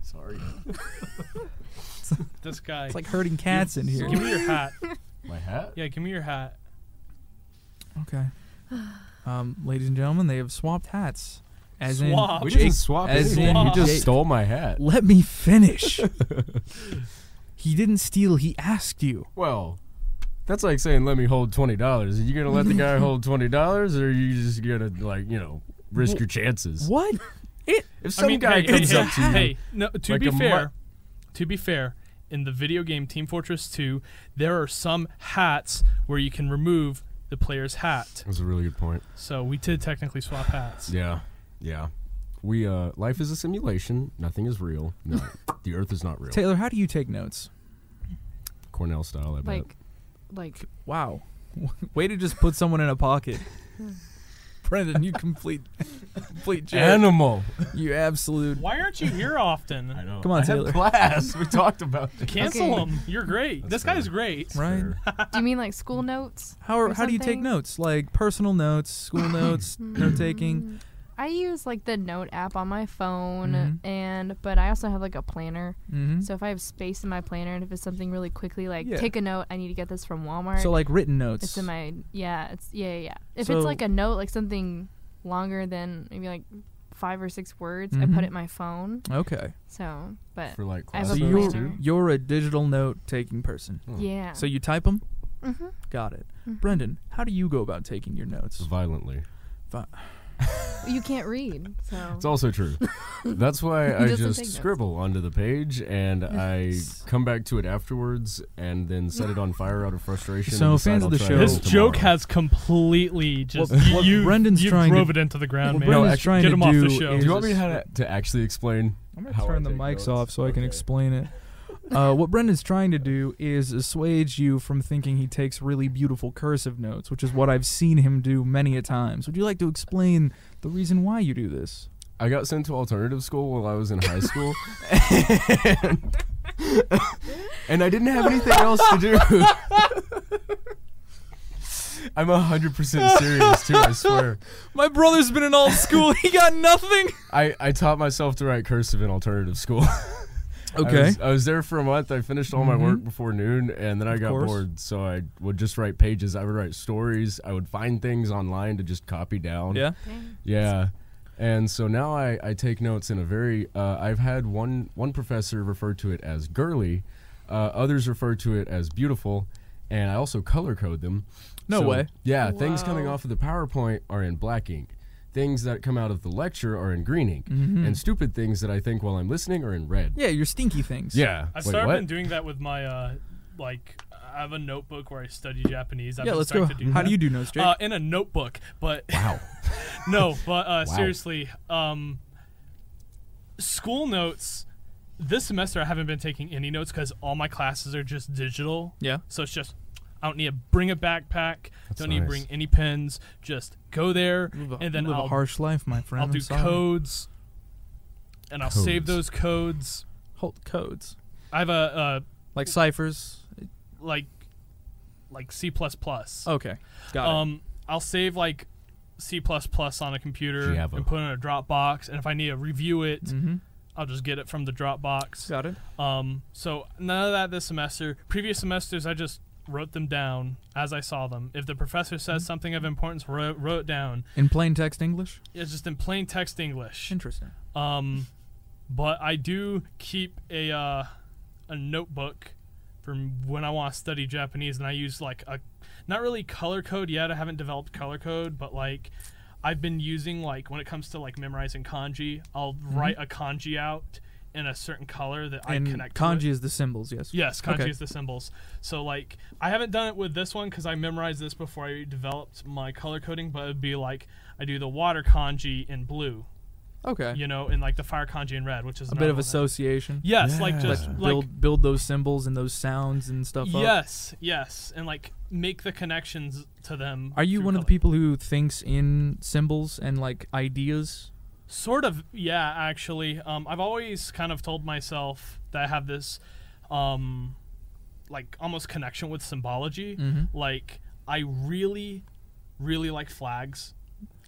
D: Sorry.
C: This guy.
A: It's like herding cats in here.
C: Give me your hat.
D: My hat.
C: Yeah, give me your hat.
A: Okay. Um, ladies and gentlemen, they have swapped hats. As
C: Swap.
D: We
A: Jake-
D: didn't swap
A: as
D: anything.
C: in
D: You just
A: Jake-
D: stole my hat.
A: in, let me
D: [LAUGHS]
A: finish. he didn't steal. He asked you.
D: Well, that's like saying, "Let me hold twenty dollars." Are you gonna let the guy hold twenty dollars, or are you just gonna like you know risk
A: Wh-
D: your chances?
A: What?
D: If some
C: I mean,
D: guy
C: hey,
D: comes
C: hey,
D: up to you,
C: hey, no, to
D: like
C: be
D: a mu-
C: fair, to be fair, in the video game Team Fortress 2, there are some hats where you can remove the player's hat.
D: that's a really good point.
C: So we did technically swap hats.
D: Yeah, yeah. We uh, life is a simulation. Nothing is real. [LAUGHS] No, the Earth is not real.
A: Taylor, how do you take notes?
D: Cornell style, I bet.
B: Like
A: [LAUGHS]
B: like
A: Wow. Way to just put someone in a
B: [LAUGHS]
A: pocket. Brendan, you complete complete jerk.
D: Animal.
A: You absolute
C: Why aren't you here often?
D: know.
A: Come on,
D: I had
A: Taylor.
D: class. We talked about this.
C: Cancel
B: Okay.
C: him. You're great.
D: That's
C: this
D: fair.
C: guy's great.
A: right.
B: do you mean like school notes?
A: How are,
B: Or
A: how do you take
B: something. Hmm.
A: notes? Like personal notes,
B: [LAUGHS]
A: school notes, note taking.
B: Mm. I use like the note app on my phone
A: Mhm.
B: and but I also have like a planner.
A: hmm
B: So if I have space in my planner and if it's something really quickly like
A: Yeah.
B: take a note, I need to get this from Walmart.
A: So like written notes.
B: it's in my yeah, it's yeah, yeah. yeah. If
A: So-
B: it's like a note like something longer than maybe like five or six words, I
A: Mhm.
B: put it in my phone.
A: okay.
B: So but
D: For like
B: I have
D: class.
A: So
B: a
A: you're
B: planner.
A: you're a digital note taking person.
D: Hmm.
B: yeah.
A: So you type them.
B: Mhm.
A: Got it. Brendan, how do you go about taking your notes?
D: Violently.
B: you can't read. So
A: [LAUGHS]
D: It's also
B: [LAUGHS]
D: true. That's why I
B: doesn't
D: just
B: take notes.
D: scribble onto the page and I come back to it afterwards and then set it on fire out of frustration.
A: So,
D: and decide
A: fans of the
D: I'll try
A: show-
D: it
C: This
A: Tomorrow.
C: joke has completely just
A: What- what
C: you.
A: Brendan's
C: you
A: trying to-
C: drove it into the ground,
A: what
C: man.
A: Brendan's
D: actually,
A: trying
C: get
A: to
C: him off the
A: do
C: show.
A: is-
D: Do you want me to, to actually explain?
A: I'm gonna
D: how I
A: turn the
D: take
A: mics
D: notes.
A: off so I can
D: Okay.
A: explain it. Uh, what Brendan's trying to do is assuage you from thinking he takes really beautiful cursive notes, which is what I've seen him do many a times. Would you like to explain the reason why you do this?
D: I got sent to alternative school while I was in high school, [LAUGHS] and, and I didn't have anything else to do. I'm hundred percent serious too. I swear.
A: My brother's been in all school. He got nothing.
D: I, I taught myself to write cursive in [LAUGHS] alternative school. I
A: [LAUGHS] Okay. Mm-hmm.
D: was- I was, there for a month. I finished all my work before noon, and then I got
A: course.
D: bored. So I would just write pages. I would write stories. I would find things online to just copy down.
A: yeah.
D: Yeah. And so now I, I take notes in a very. Uh, I've had one one professor refer to it as girly, uh, others refer to it as beautiful, and I also color code them.
A: No way.
D: Yeah, things coming
B: Wow.
D: off of the PowerPoint are in black ink. Things that come out of the lecture are in green ink,
A: Mm-hmm.
D: and stupid things that I think while I'm listening are in red.
A: Yeah, your stinky things.
D: Yeah.
C: I've
D: Wait,
C: started
D: what?
C: been doing that with my uh, like I have a notebook where I study Japanese. I've
A: Yeah,
C: been
A: let's go.
C: starting To do
A: How
C: that.
A: do you do notes, Jake?
C: Uh, in a notebook, but
D: [LAUGHS] Wow.
C: [LAUGHS] no, but uh,
D: Wow.
C: seriously, um, school notes. This semester, I haven't been taking any notes because all my classes are just digital.
A: yeah.
C: So it's just I don't need to bring a backpack. don't need to
D: nice.
C: bring any pens. Just go there,
A: You live a,
C: and then
A: you live
C: I'll
A: a harsh life, my friend.
C: I'll
A: I'm
C: do
A: sorry.
C: codes, and I'll save
D: Codes.
C: those codes.
A: Hold codes
C: I have a uh,
A: like ciphers.
C: like like C plus plus.
A: Okay, got it.
C: Um, I'll save like C plus plus on a computer
D: Java.
C: and put it in a Dropbox, and if I need to review it,
A: Mm. Mm-hmm.
C: I'll just get it from the Dropbox.
A: Got it.
C: Um, so none of that this semester. Previous semesters, I just wrote them down as I saw them. If the professor says
A: Mm-hmm.
C: something of importance, wrote, wrote it down.
A: In plain text English.
C: It's just in plain text English.
A: Interesting.
C: Um, but I do keep a uh, a notebook from when I want to study Japanese, and I use like a not really color code yet. I haven't developed color code, but like I've been using like when it comes to like memorizing kanji, I'll write a kanji out in a certain color that
A: Mm-hmm. and
C: I connect. to it.
A: kanji is the symbols. Yes.
C: Yes, kanji
A: Okay.
C: is the symbols. So like, I haven't done it with this one because I memorized this before I developed my color coding. But it'd be like I do the water kanji in blue,
A: Okay.
C: you know, and like the fire kanji in red, which is
A: a bit of
C: another one.
A: association.
C: Yes, like
D: Yeah.
C: just
D: Like
C: like
A: build build those symbols and those sounds and stuff. up.
C: yes, yes, and like make the connections to them.
A: Are you
C: through
A: one of the
C: color.
A: people who thinks in symbols and like ideas?
C: Sort of, yeah. Actually, um, I've always kind of told myself that I have this, um, like almost connection with symbology.
A: Mm-hmm.
C: Like I really, really like flags.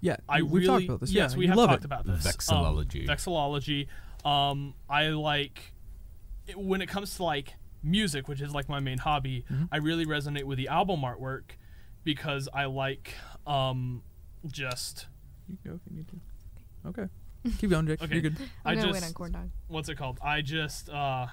A: Yeah,
C: I
A: we- we've
C: really,
A: talked about this.
C: Yes,
A: yeah,
C: we
A: you
C: have
A: love
C: talked
A: it.
C: about this.
D: Vexillology.
C: Um, vexillology. Um, I like it- when it comes to like music, which is like my main hobby.
A: Mm-hmm.
C: I really resonate with the album artwork because I like um, just
A: You can go if you need to. Okay, keep going, Jake.
C: [LAUGHS] Okay.
A: You're good.
B: I'm
C: I
B: gonna
C: just
B: wait on corn dog.
C: what's it called? I just uh,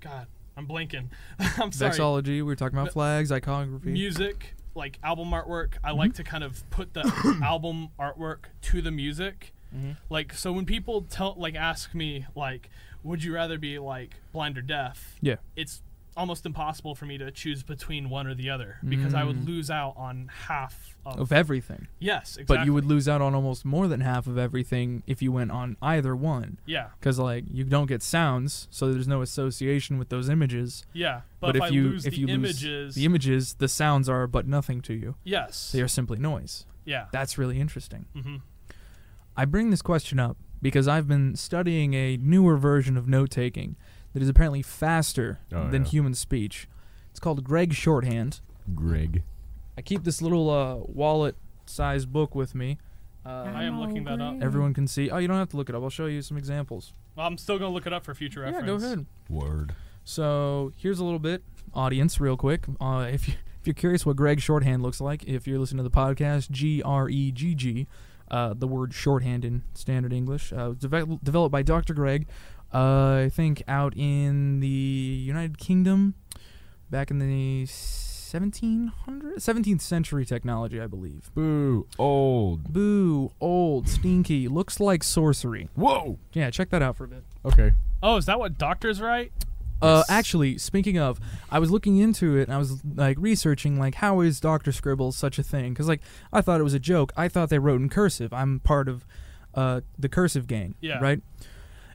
C: God, I'm blanking. [LAUGHS] I'm sorry.
A: Vexology. We were talking about flags, iconography.
C: music like album artwork i like
A: Mm-hmm.
C: to kind of put the
A: [COUGHS]
C: album artwork to the music
A: Mm-hmm.
C: like so when people tell like ask me like would you rather be like blind or deaf
A: yeah,
C: it's almost impossible for me to choose between one or the other because i would lose out on half of,
A: Mm. of everything.
C: yes exactly
A: But you would lose out on almost more than half of everything if you went on either one.
C: yeah
A: Because like you don't get sounds, so there's no association with those images.
C: yeah but, if,
A: if,
C: i
A: you
C: lose
A: if
C: the
A: you lose
C: images
A: the images, the sounds are but nothing to you.
C: yes
A: They are simply noise.
C: yeah
A: That's really interesting.
C: Mhm.
A: I bring this question up because I've been studying a newer version of note taking that is apparently faster
D: Oh,
A: than
D: yeah.
A: human speech. It's called Greg Shorthand.
D: Greg.
A: I keep this little uh, wallet sized book with me. Uh,
C: I am looking that up.
A: everyone can see. Oh, you don't have to look it up. I'll show you some examples.
C: well, i'm still gonna look it up for future reference
A: Yeah, go ahead.
D: Word.
A: So here's a little bit, audience, real quick. Uh, if you if you're curious what Greg shorthand looks like, if you're listening to the podcast, G R E G G, uh, the word shorthand in standard English, uh, was devel- developed by Dr. Greg, uh, I think out in the United Kingdom, back in the 1700 17th century technology, I believe.
D: Boo. Old.
A: Boo, old, stinky, looks like sorcery.
D: Whoa.
A: Yeah, check that out for a bit.
D: Okay.
C: oh is that what doctors write
A: Uh,
D: Yes.
A: actually, speaking of, I was looking into it and I was like researching like how is Doctor Scribbles such a thing? Because like I thought it was a joke. I thought they wrote in cursive. I'm part of uh, the cursive gang,
C: Yeah.
A: right?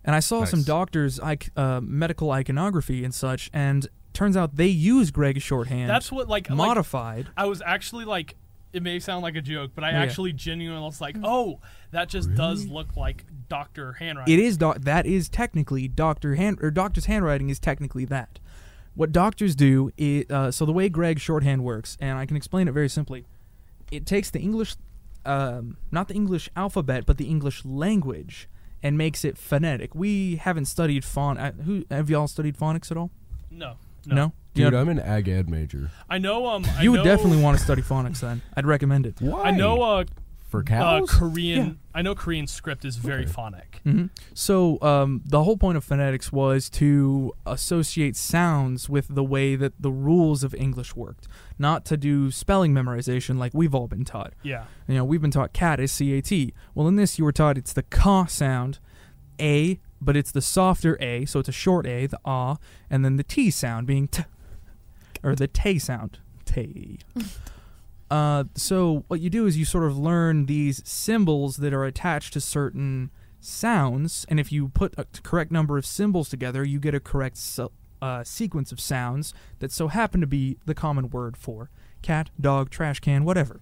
A: and I saw some
D: Nice.
A: doctors' ic- uh, medical iconography and such, and turns out they use Greg's shorthand.
C: That's what like, like
A: modified.
C: I was actually like, it may sound like a joke, but I
A: Yeah.
C: actually genuinely was like, oh, that just does look like Doctor handwriting.
A: it is doc- that is technically doctor hand or doctor's handwriting is technically that. What doctors do is uh, so the way Greg's shorthand works, and I can explain it very simply. It takes the English, um, not the English alphabet, but the English language, and makes it phonetic. We haven't studied font. Uh, who have y'all studied phonics at all?
C: No, no,
A: No, Do you
D: Dude,
A: know-
D: I'm an ag ed major.
C: I know. Um, I
A: you would
C: know-
A: definitely want to study phonics. Then I'd recommend it.
D: Why?
C: I know. Uh,
D: for
C: uh
D: cows.
C: Korean. I know Korean script is very
D: Okay.
C: phonic.
A: So um, the whole point of phonetics was to associate sounds with the way that the rules of English worked, not to do spelling memorization like we've all been taught.
C: Yeah,
A: You know, we've been taught cat is C A T. Well, in this, you were taught it's the ka sound, a, but it's the softer a, so it's a short a, the ah, and then the t sound being t, or the te sound, te. uh, so what you do is you sort of learn these symbols that are attached to certain sounds, and if you put a correct number of symbols together, you get a correct so, uh, sequence of sounds that so happen to be the common word for cat, dog, trash can, whatever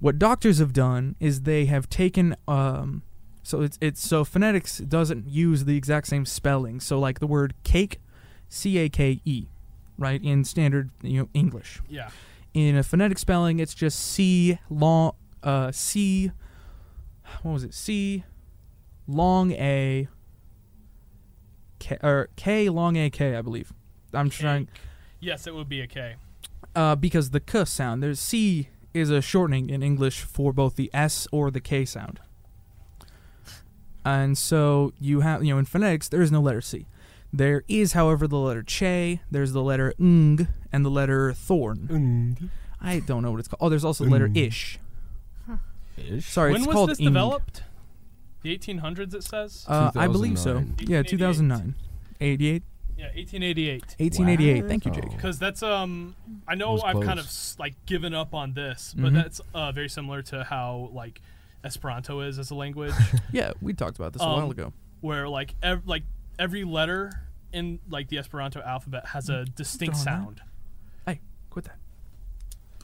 A: what doctors have done is they have taken um so it's it's so phonetics doesn't use the exact same spelling so like the word cake c a k e right in standard you know english
C: yeah.
A: in a phonetic spelling it's just c long uh c what was it c long a k or k long a k i believe i'm trying
C: Yes, it would be a K.
A: uh, because the k sound. There's c is a shortening in English for both the s or the k sound. And so you have you know in phonetics there is no letter c. There is, however, the letter che. There's the letter ng and the letter thorn. I don't know what it's called. Oh, there's also the letter
D: Ng.
A: ish.
D: Ish.
A: Sorry,
C: when
A: it's
C: was
A: called
C: this
A: ng.
C: developed? The 1800s, it says.
A: Uh, I believe so.
D: 2009.
A: Yeah, 2009, 88,
C: yeah, 1888.
A: 1888. Thank you,
D: Wow.
A: Jake.
C: Because that's um, I know
D: was
C: I've kind of
D: close.
C: s- like given up on this, but
A: Mhm.
C: that's uh, very similar to how like Esperanto is as a language,
A: Yeah, we talked about this a
C: Um,
A: while ago.
C: where like ev- like every letter in like the Esperanto alphabet has
A: Mm.
C: a distinct
A: Darn that.
C: sound.
A: Hey, quit that.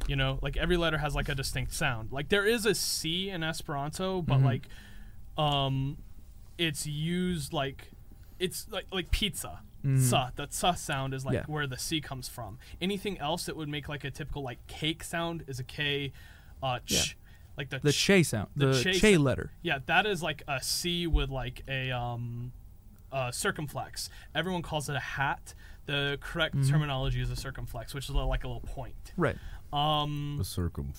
C: You know, like every letter has like a distinct sound. Like there is a C in Esperanto, but
A: Mhm.
C: like, um, it's used like, it's like like pizza.
A: Mm.
C: Sa, that sa sound is like
A: Yeah.
C: where the C comes from. Anything else that would make like a typical like cake sound is a K, uh, ch, like the,
A: The
C: ch.
A: che sound.
C: The
A: The,
C: che
A: che
C: sound.
A: letter.
C: Yeah, that is like a C with like a um, uh, circumflex. Everyone calls it a hat. The correct
A: Mm-hmm.
C: terminology is a circumflex, which is a- like a little point.
A: Right.
C: Um,
D: A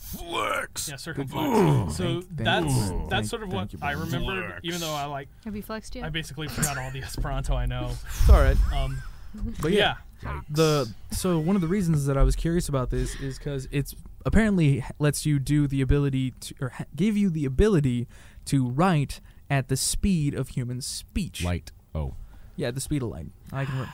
D: circumflex.
C: yeah, circumflex. so
A: Thank- thank
C: that's
A: you.
C: that's
A: Thank-
C: sort of
D: thank
C: what
D: you,
C: I
D: buddy.
C: remember,
D: Flex.
C: even though I like
B: Have you flexed yet?
C: I basically forgot all the [LAUGHS] Esperanto I know.
A: It's all right.
C: Um,
A: But yeah.
C: yeah,
A: the so one of the reasons that I was curious about this is because it's apparently lets you do the ability to or ha- give you the ability to write at the speed of human speech.
D: Light. Oh.
A: Yeah, the speed of light. I can. Re-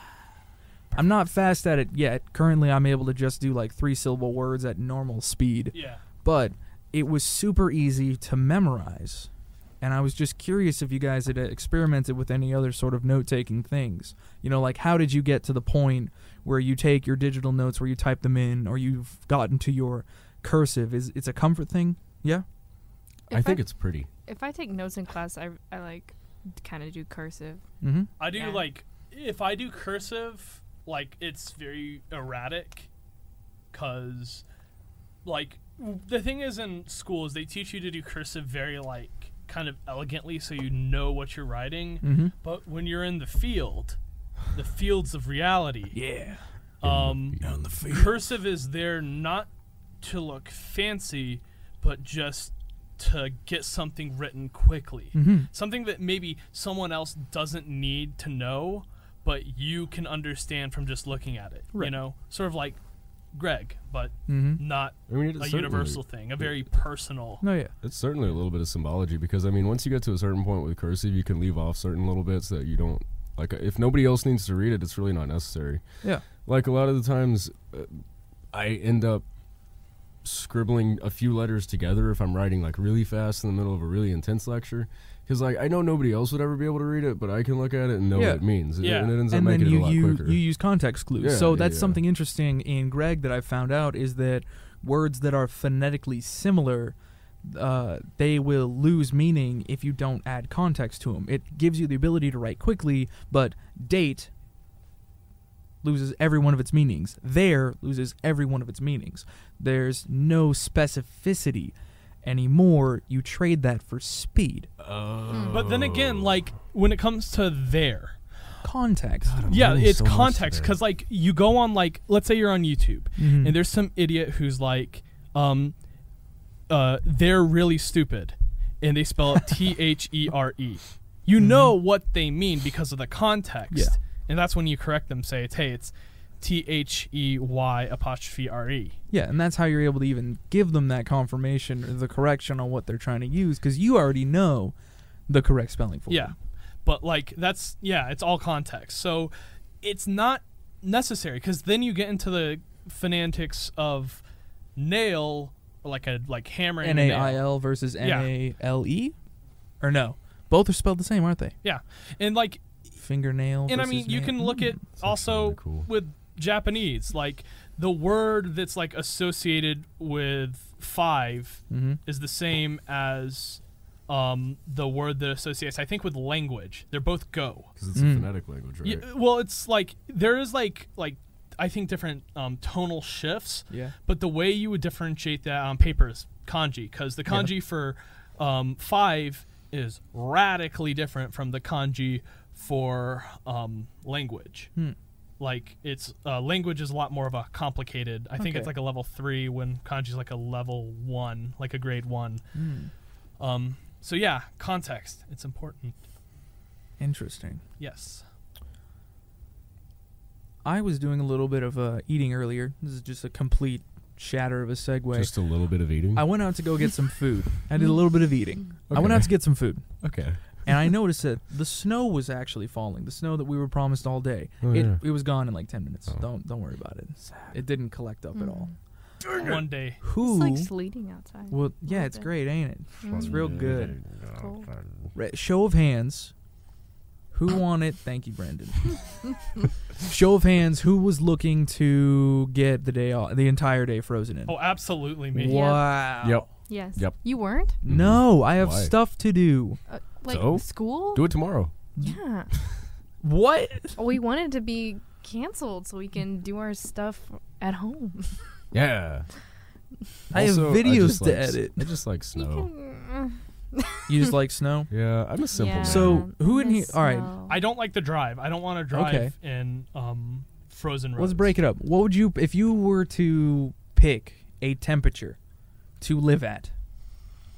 A: I'm not fast at it yet. Currently, I'm able to just do like three syllable words at normal speed.
C: yeah.
A: But it was super easy to memorize, and I was just curious if you guys had uh, experimented with any other sort of note-taking things. You know, like how did you get to the point where you take your digital notes, where you type them in, or you've gotten to your cursive? Is it's a comfort thing? Yeah.
B: If
D: I think it's pretty.
B: If I take notes in class, I I like kind of do cursive.
A: Mm-hmm.
C: I do
B: Yeah.
C: like if I do cursive, like it's very erratic, cause like w- the thing is in school is they teach you to do cursive very like kind of elegantly so you know what you're writing.
A: Mm-hmm.
C: But when you're in the field, the fields of reality,
A: Yeah.
C: um,
D: On the face.
C: cursive is there not to look fancy, but just to get something written quickly.
A: Mm-hmm.
C: Something that maybe someone else doesn't need to know, but you can understand from just looking at it. You
A: Right.
C: know, sort of like Greg, but
A: Mm-hmm.
C: not
D: I mean,
C: a
D: it's
C: universal thing, a very personal.
A: No. Oh, Yeah.
D: It's certainly a little bit of symbology because I mean, once you get to a certain point with cursive, you can leave off certain little bits that you don't like. If nobody else needs to read it, it's really not necessary.
A: Yeah.
D: Like a lot of the times, uh, I end up scribbling a few letters together if I'm writing like really fast in the middle of a really intense lecture, Because like I know nobody else would ever be able to read it, but I can look at it and know
A: Yeah.
D: what it means, and-
C: Yeah.
D: and it ends up
A: and then
D: making it a
A: you
D: lot
A: you,
D: quicker.
A: you use context clues.
D: Yeah,
A: so
D: yeah,
A: that's
D: yeah.
A: something interesting in Greg that I found out is that words that are phonetically similar, uh, they will lose meaning if you don't add context to them. It gives you the ability to write quickly, but date loses every one of its meanings. There loses every one of its meanings. There's no specificity anymore. You trade that for speed,
C: Oh.
D: Uh,
C: But then again, like when it comes to there,
A: context.
D: I'm
C: yeah,
D: learning
C: it's
D: so much
C: context
D: today. Mm-hmm.
C: because like you go on like let's say you're on YouTube
A: Mhm.
C: and there's some idiot who's like, um, uh, they're really stupid, and they spell
D: [LAUGHS]
C: it T H E R E. You
D: Mm-hmm.
C: know what they mean because of the context,
A: Yeah.
C: and that's when you correct them. Say it's hey, it's T H E Y apostrophe R E.
A: Yeah, and that's how you're able to even give them that confirmation or the correction on what they're trying to use because you already know the correct spelling for
C: Yeah.
A: them.
C: But like that's yeah, it's all context. So it's not necessary because then you get into the phonetics of nail like a like hammering a
A: N
C: nail.
A: A I L versus N
C: Yeah.
A: A L E? Or no? Both are spelled the same, aren't they?
C: Yeah. And like
A: Fingernail.
C: and I
A: versus
C: mean you
A: nail.
C: can look at also
D: really cool.
C: with Japanese like the word that's like associated with 5
A: Mhm.
C: is the same as um, the word that associates I think with language. They're both go.
D: 'Cause it's
A: Mm.
D: a phonetic language, right?
C: Yeah, well, it's like there is like like I think different um, tonal shifts,
A: Yeah.
C: but the way you would differentiate that on paper is kanji because the kanji for um, five is radically different from the kanji for um, language.
A: Hmm.
C: Like it's uh, language is a lot more of a complicated. I think
A: Okay.
C: it's like a level three when kanji is like a level one, like a grade one.
A: Hmm.
C: Um, so yeah, context it's important.
A: Interesting.
C: Yes.
A: I was doing a little bit of uh, eating earlier. This is just a complete shatter of a segue.
D: Just a little bit of eating.
A: I went out to go get some food. I did a little bit of eating. I went
D: Okay.
A: out to get some food.
D: okay.
A: and
D: [LAUGHS]
A: I noticed that the snow was actually falling. The snow that we were promised all day.
D: Oh,
A: it
D: yeah.
A: it was gone in like ten minutes.
D: Oh.
A: Don't don't worry about it. It didn't collect up at all.
C: One day.
A: Who?
B: Mm. It's Mm. like sleeting outside. Mm.
A: well, yeah, it's
B: bit.
A: great, ain't it? It's real
C: Mm.
A: good.
B: Cool.
A: Re- show of hands.
B: [COUGHS]
A: Who won it? Thank you,
B: [LAUGHS]
A: Brendan. [LAUGHS] show of hands. Who was looking to get the day off, the entire day frozen in?
C: Oh, absolutely me.
A: wow.
D: Yep.
B: Yes.
D: Yep.
B: You weren't?
A: No, I have
D: Why?
A: stuff to do.
B: Uh, like
D: So?
B: school?
D: Do it tomorrow.
B: Yeah. [LAUGHS]
A: What?
B: we wanted to be canceled so we can do our stuff
A: [LAUGHS]
B: at home.
D: Yeah.
A: I have
D: Also,
A: videos
D: just
A: to
D: like s-
A: edit.
D: I just like snow.
A: You just like snow?
D: Yeah, I'm a simple man.
A: So, who in here- all right.
C: I don't like to drive. I don't want to drive
A: Okay.
C: in um, frozen roads.
A: Let's break it up. What would you if you were to pick a temperature to live at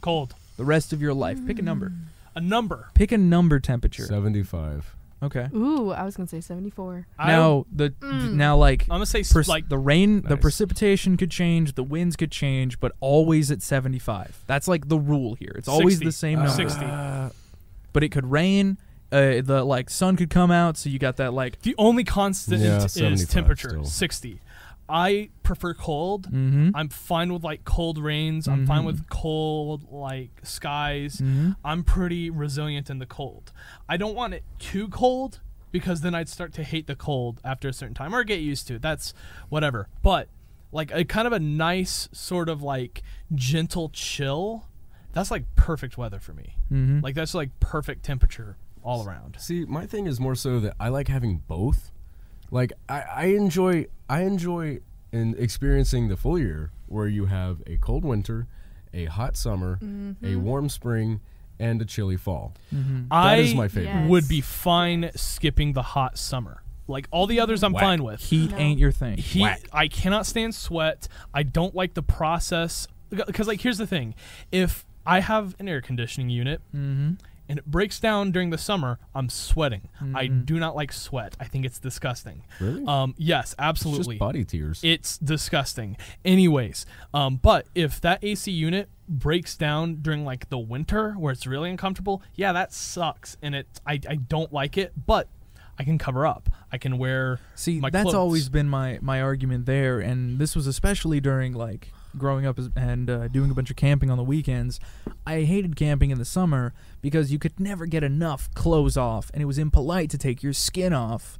C: Cold.
A: the rest of your life? Pick a number.
C: A number.
A: Pick a number temperature.
D: 75.
A: Okay.
B: Ooh, I was gonna say seventy-four.
A: Now the now like
C: I, am gonna say s
A: pers-
C: Um, like
A: the rain, the
D: Nice.
A: precipitation could change, the winds could change, but always at 75. That's like the rule here. It's always
C: 60.
A: the same
C: Uh,
A: number.
C: 60.
A: But it could rain, uh, the like sun could come out, so you got that like
C: the only constant
D: Yeah,
C: is
D: 75
C: temperature.
D: still.
C: Sixty. I prefer cold.
D: Mm-hmm.
A: mhm.
C: I'm fine with like cold rains. I'm fine with cold like skies.
D: Mm-hmm.
A: Mhm.
C: I'm pretty resilient in the cold. I don't want it too cold because then I'd start to hate the cold after a certain time or get used to it. That's whatever. But like a kind of a nice sort of like gentle chill. That's like perfect weather for me.
D: Mm-hmm.
A: Mhm.
C: Like that's like perfect temperature all around.
D: See, my thing is more so that I like having both. Like I, I enjoy I enjoy in experiencing the full year where you have a cold winter, a hot summer, a
C: Mm-hmm.
D: warm spring, and a chilly fall.
C: I
D: That is my favorite.
B: Yeah.
C: would be fine skipping the hot summer. Like all the others I'm fine with.
A: heat
B: No.
A: ain't your thing.
C: He, I cannot stand sweat. I don't like the process because, like, here's the thing: if I have an air conditioning unit
D: Mm-hmm.
C: and it breaks down during the summer, I'm sweating. I do not like sweat. I think it's disgusting.
D: Mm-hmm. Really?
C: Um, yes,
D: It's
C: absolutely.
D: just body tears.
C: It's disgusting. Anyways, um, but if that AC unit breaks down during like the winter where it's really uncomfortable, yeah, that sucks, and it I, I don't like it, but I can cover up. I can wear
A: See,
C: my
A: that's
C: clothes.
A: always been my my argument there, and this was especially during like growing up as, and uh, doing a bunch of camping on the weekends, I hated camping in the summer because you could never get enough clothes off, and it was impolite to take your skin off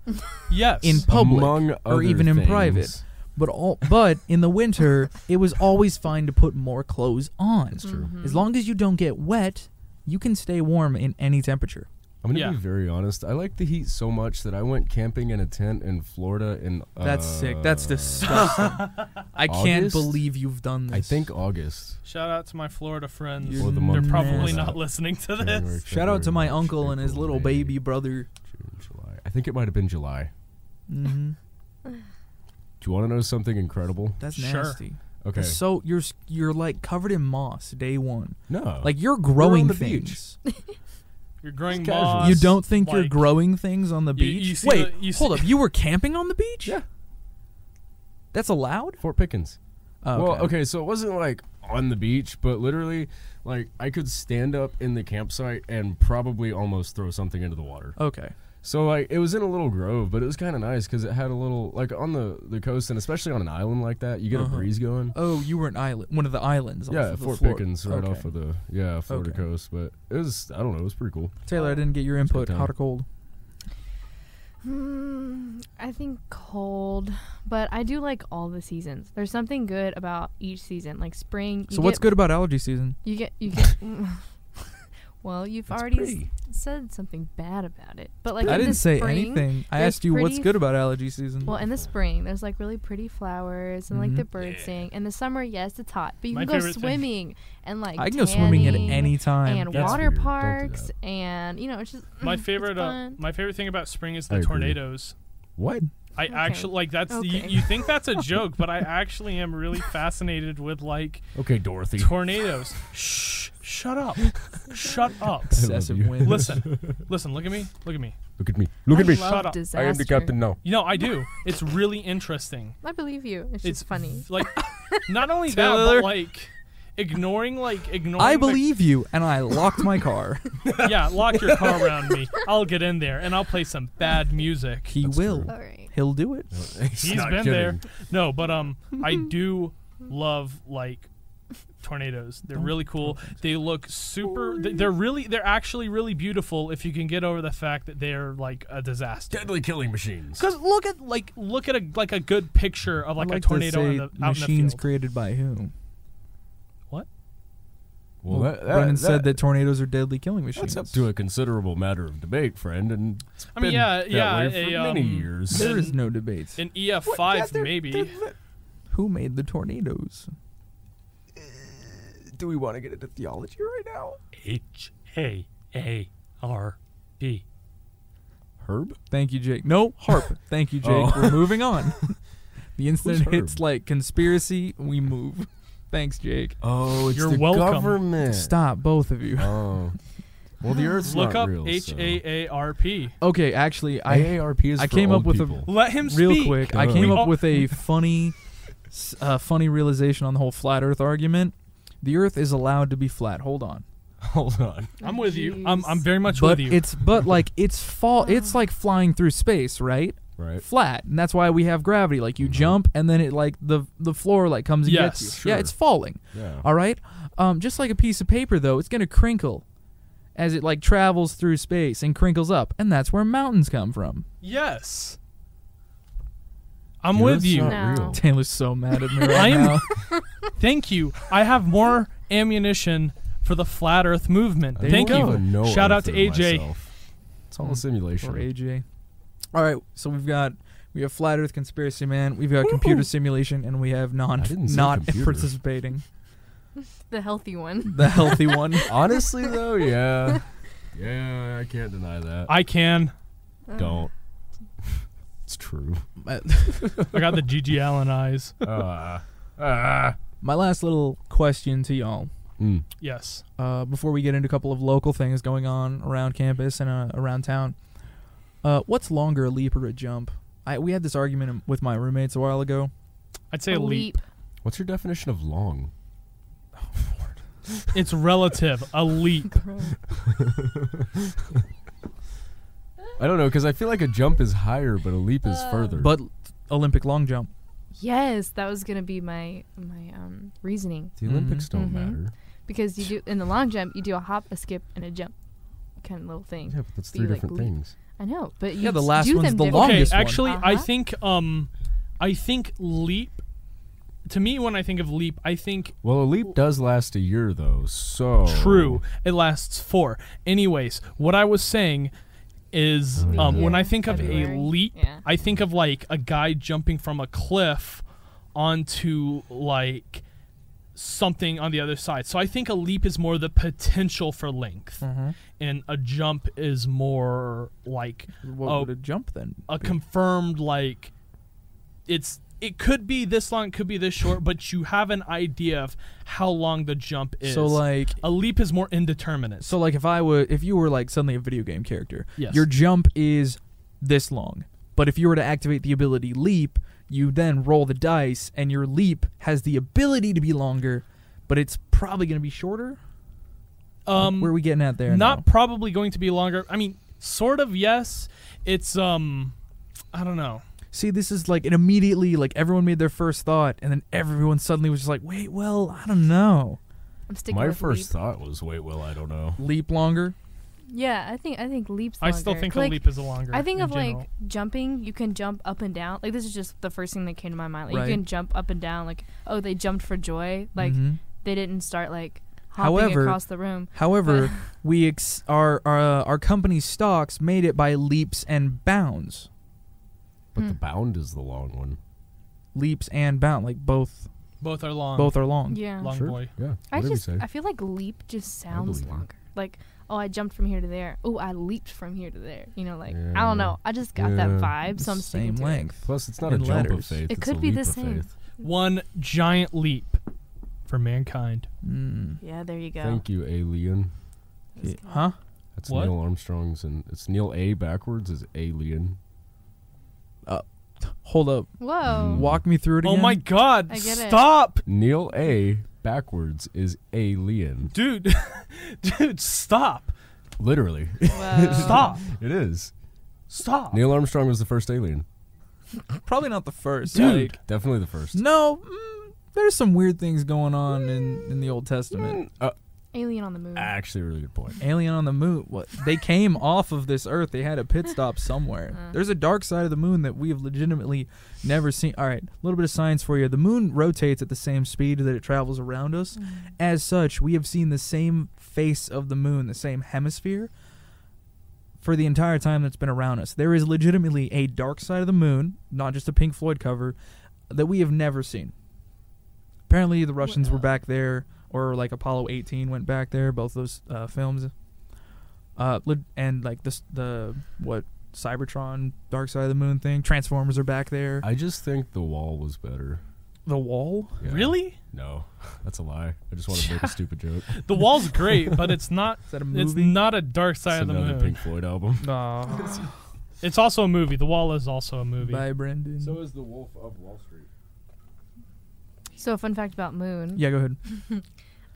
C: Yes.
A: in public
D: Among
A: or
D: other
A: even in
D: things.
A: private. But all but in the winter, it was always fine to put more clothes on.
D: That's true.
A: As long as you don't get wet, you can stay warm in any temperature.
D: I'm gonna
C: Yeah.
D: be very honest. I like the heat so much that I went camping in a tent in Florida in. Uh,
A: That's sick. That's disgusting. [LAUGHS] I can't
D: August?
A: believe you've done this.
D: I think August.
C: Shout out to my Florida friends.
A: You're
D: Or the
C: They're
D: month before
C: probably
D: that.
C: not listening to
D: January,
C: this.
A: Shout out to
D: February,
A: my
D: March,
A: uncle and his
D: April,
A: little
D: May,
A: baby brother.
D: June, July. I think it might have been July.
A: hmm
D: Do you want to know something incredible?
A: That's
C: Sure.
A: nasty.
D: Okay.
A: So you're s- you're like covered in moss day one.
D: No.
A: Like you're growing
D: the
A: things.
C: You're growing
D: It's casual.
C: moss.
A: You don't think you're
C: like-
A: growing things on the
C: You-
A: beach?
C: you see
A: Wait,
C: the- you see-
A: hold
C: [LAUGHS]
A: up. You were camping on the beach?
D: Yeah.
A: That's allowed?
D: Fort Pickens.
A: Oh,
D: Well, okay, so it wasn't like on the beach, but literally, like I could stand up in the campsite and probably almost throw something into the water.
A: Okay.
D: So like it was in a little grove, but it was kind of nice because it had a little like on the the coast and especially on an island like that, you get
A: Uh-huh.
D: a breeze going.
A: Oh, you were an island, one of the islands. off
D: yeah,
A: of the
D: Fort
A: Flor-
D: Pickens right
A: okay.
D: off of the yeah Florida
A: Okay.
D: coast, but it was I don't know, it was pretty cool.
A: Taylor, I didn't get your input.
D: time.
A: Hot or cold?
B: Hmm, I think cold, but I do like all the seasons. There's something good about each season, like spring. You
A: So what's
B: get,
A: good about allergy season?
B: You get
A: [LAUGHS]
B: you get. [LAUGHS] well, you've
D: It's
B: already
D: pretty.
B: s- said something bad about it, but like
A: I
B: in
A: didn't
B: the
A: say
B: spring-
A: anything. I
B: there's
A: asked you what's
B: pretty-
A: good about allergy season.
B: Well, in the spring, there's like really pretty flowers and like the
A: Mhm.
B: birds sing. In the summer, yes, it's hot, but you
C: Mm-hmm. My
B: can go
C: favorite thing-
B: swimming and like
A: I can go swimming at
B: tanning
A: any time.
B: and
D: That's
B: water
D: weird. Don't do
B: parks
D: that.
B: and you know it's just [LAUGHS]
C: My
B: it's
C: favorite, uh,
B: fun.
C: my favorite thing about spring is
D: I
C: the
D: agree.
C: tornadoes.
D: What?
C: I
B: Okay.
C: actually like that's
B: Okay.
C: you, you think that's a joke, but I actually am really fascinated with like
D: Okay,
C: [LAUGHS]
D: Dorothy.
C: tornadoes. Shh! Shut up! Shut up!
A: Excessive
D: you.
A: wind.
C: Listen, listen. Look at me. Look at me.
D: Look at me. Look at
B: I
D: me.
B: love
C: Shut up.
D: I am the
B: disaster.
D: captain now.
C: You know I do. It's really interesting.
B: I believe you. It's,
C: It's
B: just funny.
C: Like, not only that,
A: Taylor.
C: but like ignoring like ignoring.
A: I
C: the-
A: believe you, and I locked my car.
C: [LAUGHS] yeah, lock your car around me. I'll get in there and I'll play some bad music.
A: He will.
B: All right.
A: He'll do it.
C: He's been there. No, but um, I do love like tornadoes. They're really cool. They look super. th- They're really. They're actually really beautiful if you can get over the fact that they're like a disaster.
D: Deadly killing machines.
C: Because look at like look at a like a good picture of like,
A: I like
C: a tornado
A: to say
C: in the, out in the
A: machines
C: field.
A: created by whom?
D: Well, that, that,
A: Brennan
D: that,
A: said that tornadoes are deadly killing machines.
D: That's up to a considerable matter of debate, friend, and it's
C: I mean,
D: been
C: yeah,
D: that
C: yeah,
D: way
C: a,
D: for
C: um,
D: many years.
A: There is no debate.
C: An EF
D: What?
C: five
D: Yeah, they're-
C: maybe.
D: they're- they're-
A: Who made the tornadoes?
D: Do we want to get into theology right now?
E: H A A R B.
D: Herb?
A: Thank you, Jake. No
D: [LAUGHS]
A: harp. Thank you, Jake.
D: Oh.
A: We're moving
D: [LAUGHS]
A: on. the
D: Who's
A: instant
D: Herb?
A: hits like conspiracy. We move. [LAUGHS] Thanks, Jake.
D: Oh, it's
C: You're
D: the
C: welcome.
D: government.
A: Stop, both of
D: [LAUGHS]
A: you.
D: Oh. Well, the Earth's
C: Look
D: not
C: up
D: real.
C: H A A R P.
A: Okay, actually,
D: So.
A: I
D: AARP is
A: I
D: for
A: came
D: old
A: up with a-
D: people.
C: [LAUGHS] Let him speak.
A: real quick. I
D: Duh.
A: came
D: We
A: up
C: uh, all-
A: with
C: [LAUGHS]
A: a funny, s- uh, funny realization on the whole flat Earth argument. The Earth is allowed to be flat. Hold on,
D: Hold on.
C: I'm with you. I'm I'm very much
A: but
C: with you.
A: it's but like
C: [LAUGHS]
A: it's fall. It's like flying through space, right?
D: Right.
A: Flat, and that's why we have gravity. Like you jump, and then it like the the floor like comes and gets you.
C: Mm-hmm. Yes,
A: Yeah,
D: sure.
A: it's falling.
D: Yeah.
A: All right. Um, just like a piece of paper, though, it's gonna crinkle as it like travels through space and crinkles up, and that's where mountains come from.
C: yes. I'm
D: The
C: with
D: Earth's
C: you.
D: Not
B: No.
D: real.
A: Taylor's so mad at
C: [LAUGHS]
A: me right
C: Oh. I am-
A: now.
C: Thank you. I have more ammunition for the flat Earth movement.
D: I
C: Thank
D: don't
A: go.
C: you.
D: even know
C: Shout out to
D: Earther
C: AJ.
D: myself. It's all
A: Mm.
D: a simulation.
A: or AJ. All right, so we've got we have flat Earth conspiracy man, we've got computer simulation, and we have non
D: I didn't say
A: not
D: computer.
A: participating.
B: The healthy one.
A: The
D: [LAUGHS]
A: healthy one.
D: Honestly, though, yeah.
C: [LAUGHS]
D: Yeah, I can't deny that.
C: I can.
B: Mm. Uh,
D: don't. [LAUGHS] It's true.
C: I got the GG Allen eyes.
D: Uh, [LAUGHS] uh,
A: My last little question to y'all.
D: mm.
C: Yes.
A: Uh, before we get into a couple of local things going on around campus and uh, around town, uh, what's longer, a leap or a jump? I, we had this argument with my roommates a while ago.
C: I'd say
B: A
C: leap.
D: What's your definition of long?
C: It's relative.
B: [LAUGHS]
C: A leap.
B: Uh,
D: I don't know because I feel like a jump is higher, but a leap is further.
A: But Olympic long jump.
B: Yes, that was gonna be my my um, reasoning
D: The Olympics don't
B: Mhm.
D: matter.
B: because you do in the long jump you do a hop, a skip, and a jump kind of little thing.
D: Yeah, but that's
B: But
D: three
B: you, like,
D: different
B: leap.
D: things.
B: I know, but you
A: Yeah, the
B: s-
A: last
B: do
A: one's
B: them
A: the
B: different.
C: Okay,
A: longest one.
C: actually, I
B: Uh-huh.
C: think um, I think leap. To me, when I think of leap, I think
D: Well, a leap does last a year though, so
C: True. It lasts four. Anyways, what I was saying is
D: yeah.
C: um, when
B: Yeah,
C: I think of
B: February.
C: a leap,
B: Yeah.
C: I think of like a guy jumping from a cliff onto like something on the other side. So I think a leap is more the potential for length,
A: Hmm.
D: Mm-hmm.
C: and a jump is more like
A: What
C: Oh.
A: would a jump then?
C: a
A: be?
C: confirmed like it's it could be this long, it could be this short, but you have an idea of how long the jump is.
A: so like
C: A leap is more indeterminate.
A: so like if I were if you were like suddenly a video game character,
C: Yes.
A: your jump is this long. But if you were to activate the ability leap, you then roll the dice and your leap has the ability to be longer, but it's probably going to be shorter.
C: um,
A: Where are we getting at there?
C: not
A: now?
C: probably going to be longer. I mean, sort of yes. It's um, I don't know.
A: See, this is like it immediately like everyone made their first thought, and then everyone suddenly was just like, "Wait, well, I don't know."
B: I'm sticking
D: My
B: with
D: first
B: leap.
D: thought was, wait, well, I don't know.
A: Leap longer.
B: Yeah, I think I think leaps.
C: I still
B: longer.
C: think
B: like,
C: a leap is a longer.
B: I think
C: in
B: of
C: general.
B: like jumping. You can jump up and down. Like this is just the first thing that came to my mind. Like
A: Right.
B: you can jump up and down. Like oh, they jumped for joy. Like
D: Mm-hmm.
A: Mhm.
B: they didn't start like hopping
A: However-
B: across the room.
A: However, we ex- our our uh, our company's stocks made it by leaps and bounds.
D: But the
B: Hmm.
D: bound is the long one.
A: Leaps and bound, like both
C: both are long.
A: both are long.
B: Yeah.
C: long
D: Sure.
C: boy.
D: Yeah.
B: I
D: um, whatever you
B: just
D: say.
B: I feel like leap just sounds
D: believe you.
B: longer. Like oh, I jumped from here to there. Oh, I leaped from here to there. You know, like I
D: Yeah.
B: don't know. I just got that
D: Yeah.
B: vibe, so I'm
A: Same
B: sticking to
A: length.
D: Plus, it's not a
A: In
D: jump of
A: letters.
D: faith.
B: It
D: it's
B: could
D: a
B: be
D: leap
B: the
D: of
B: same.
D: faith.
C: One giant leap for mankind.
A: Mm.
B: it. Yeah, there you go.
D: Thank you, alien.
A: Yeah. Huh?
D: That's
C: What?
D: Neil Armstrong's, and it's Neil A backwards is alien.
A: Hold up.
B: Whoa.
A: Walk me through it
C: Oh
A: again.
C: my God!
B: I get it.
C: stop,
D: Neil A backwards is alien.
C: dude, [LAUGHS] dude, stop,
D: Literally, [LAUGHS]
A: [LAUGHS]
B: Whoa.
C: stop,
D: it is.
C: stop.
D: Neil Armstrong was the first alien.
A: Probably not the first.
C: Dude.
A: like-
D: Definitely the first.
A: no. Mm, there's some weird things going on in, in the Old Testament.
D: Uh,
B: Alien on the moon.
A: Ah.
D: actually, a really good point.
A: Alien on the moon. What?
B: [LAUGHS]
A: They came off of this Earth. They had a pit stop somewhere.
B: Uh.
A: There's a dark side of the moon that we have legitimately never seen. All right, a little bit of science for you. The moon rotates at the same speed that it travels around us.
B: Mm.
A: As such, we have seen the same face of the moon, the same hemisphere, for the entire time that's been around us. There is legitimately a dark side of the moon, not just a Pink Floyd cover, that we have never seen. Apparently, the Russians were back there, or like Apollo 18 went back there. Both those uh, films, uh, lit- and like this the what Cybertron, Dark Side of the Moon thing. Transformers are back there.
D: I just think the wall was better.
A: the Wall.
D: Yeah.
C: Really?
D: No, [LAUGHS] that's a lie. I just wanted
A: [LAUGHS]
D: to make a stupid joke.
C: The wall's great, but it's not.
A: Is that a
C: It's
A: movie?
C: not a dark side
D: it's
C: of the
D: another
C: moon.
D: Pink Floyd album.
A: [LAUGHS] Aw.
C: It's also a movie. The wall is also a movie.
A: Bye, Brendan.
D: is the Wolf of Wall Street.
B: So, fun fact about moon.
A: yeah, go ahead.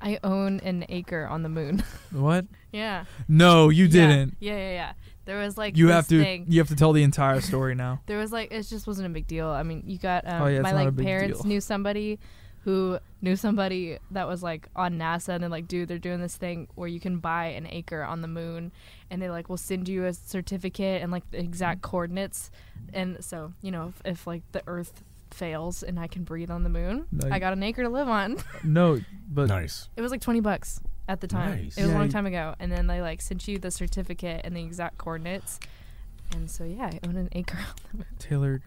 B: I own an acre on the moon. [LAUGHS]
A: What?
B: yeah.
A: No, you
B: Yeah.
A: didn't.
B: Yeah, yeah, yeah. There was like
A: You
B: this
A: have to.
B: Thing.
A: You have to tell the entire story now.
B: There was like it just wasn't a big deal. I mean, you got um,
A: Oh, yeah, it's
B: my
A: not a
B: like
A: big
B: parents
A: deal.
B: knew somebody who knew somebody that was like on NASA, and they're like, dude, they're doing this thing where you can buy an acre on the moon, and they like will send you a certificate and like the exact
A: Mm-hmm.
B: coordinates, and so you know if, if like the Earth fails and I can breathe on the moon,
A: Nice.
B: I got an acre to live on.
A: No, but
D: Nice.
B: It was like 20 bucks at the time.
D: Nice.
B: It was
A: Yeah,
B: a long
A: you-
B: time ago. And then they like sent you the certificate and the exact coordinates. And so yeah, I own an acre. [LAUGHS]
A: Taylor.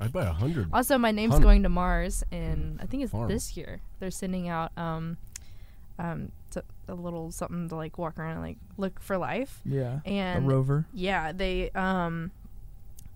D: I'd buy a hundred. Mm.
B: also, my name's
D: Hun-
B: going to Mars and I think it's
D: Farm.
B: this year. They're sending out um um so- a little something to like walk around and like look for life.
A: Yeah.
B: And
A: a rover.
B: yeah, they um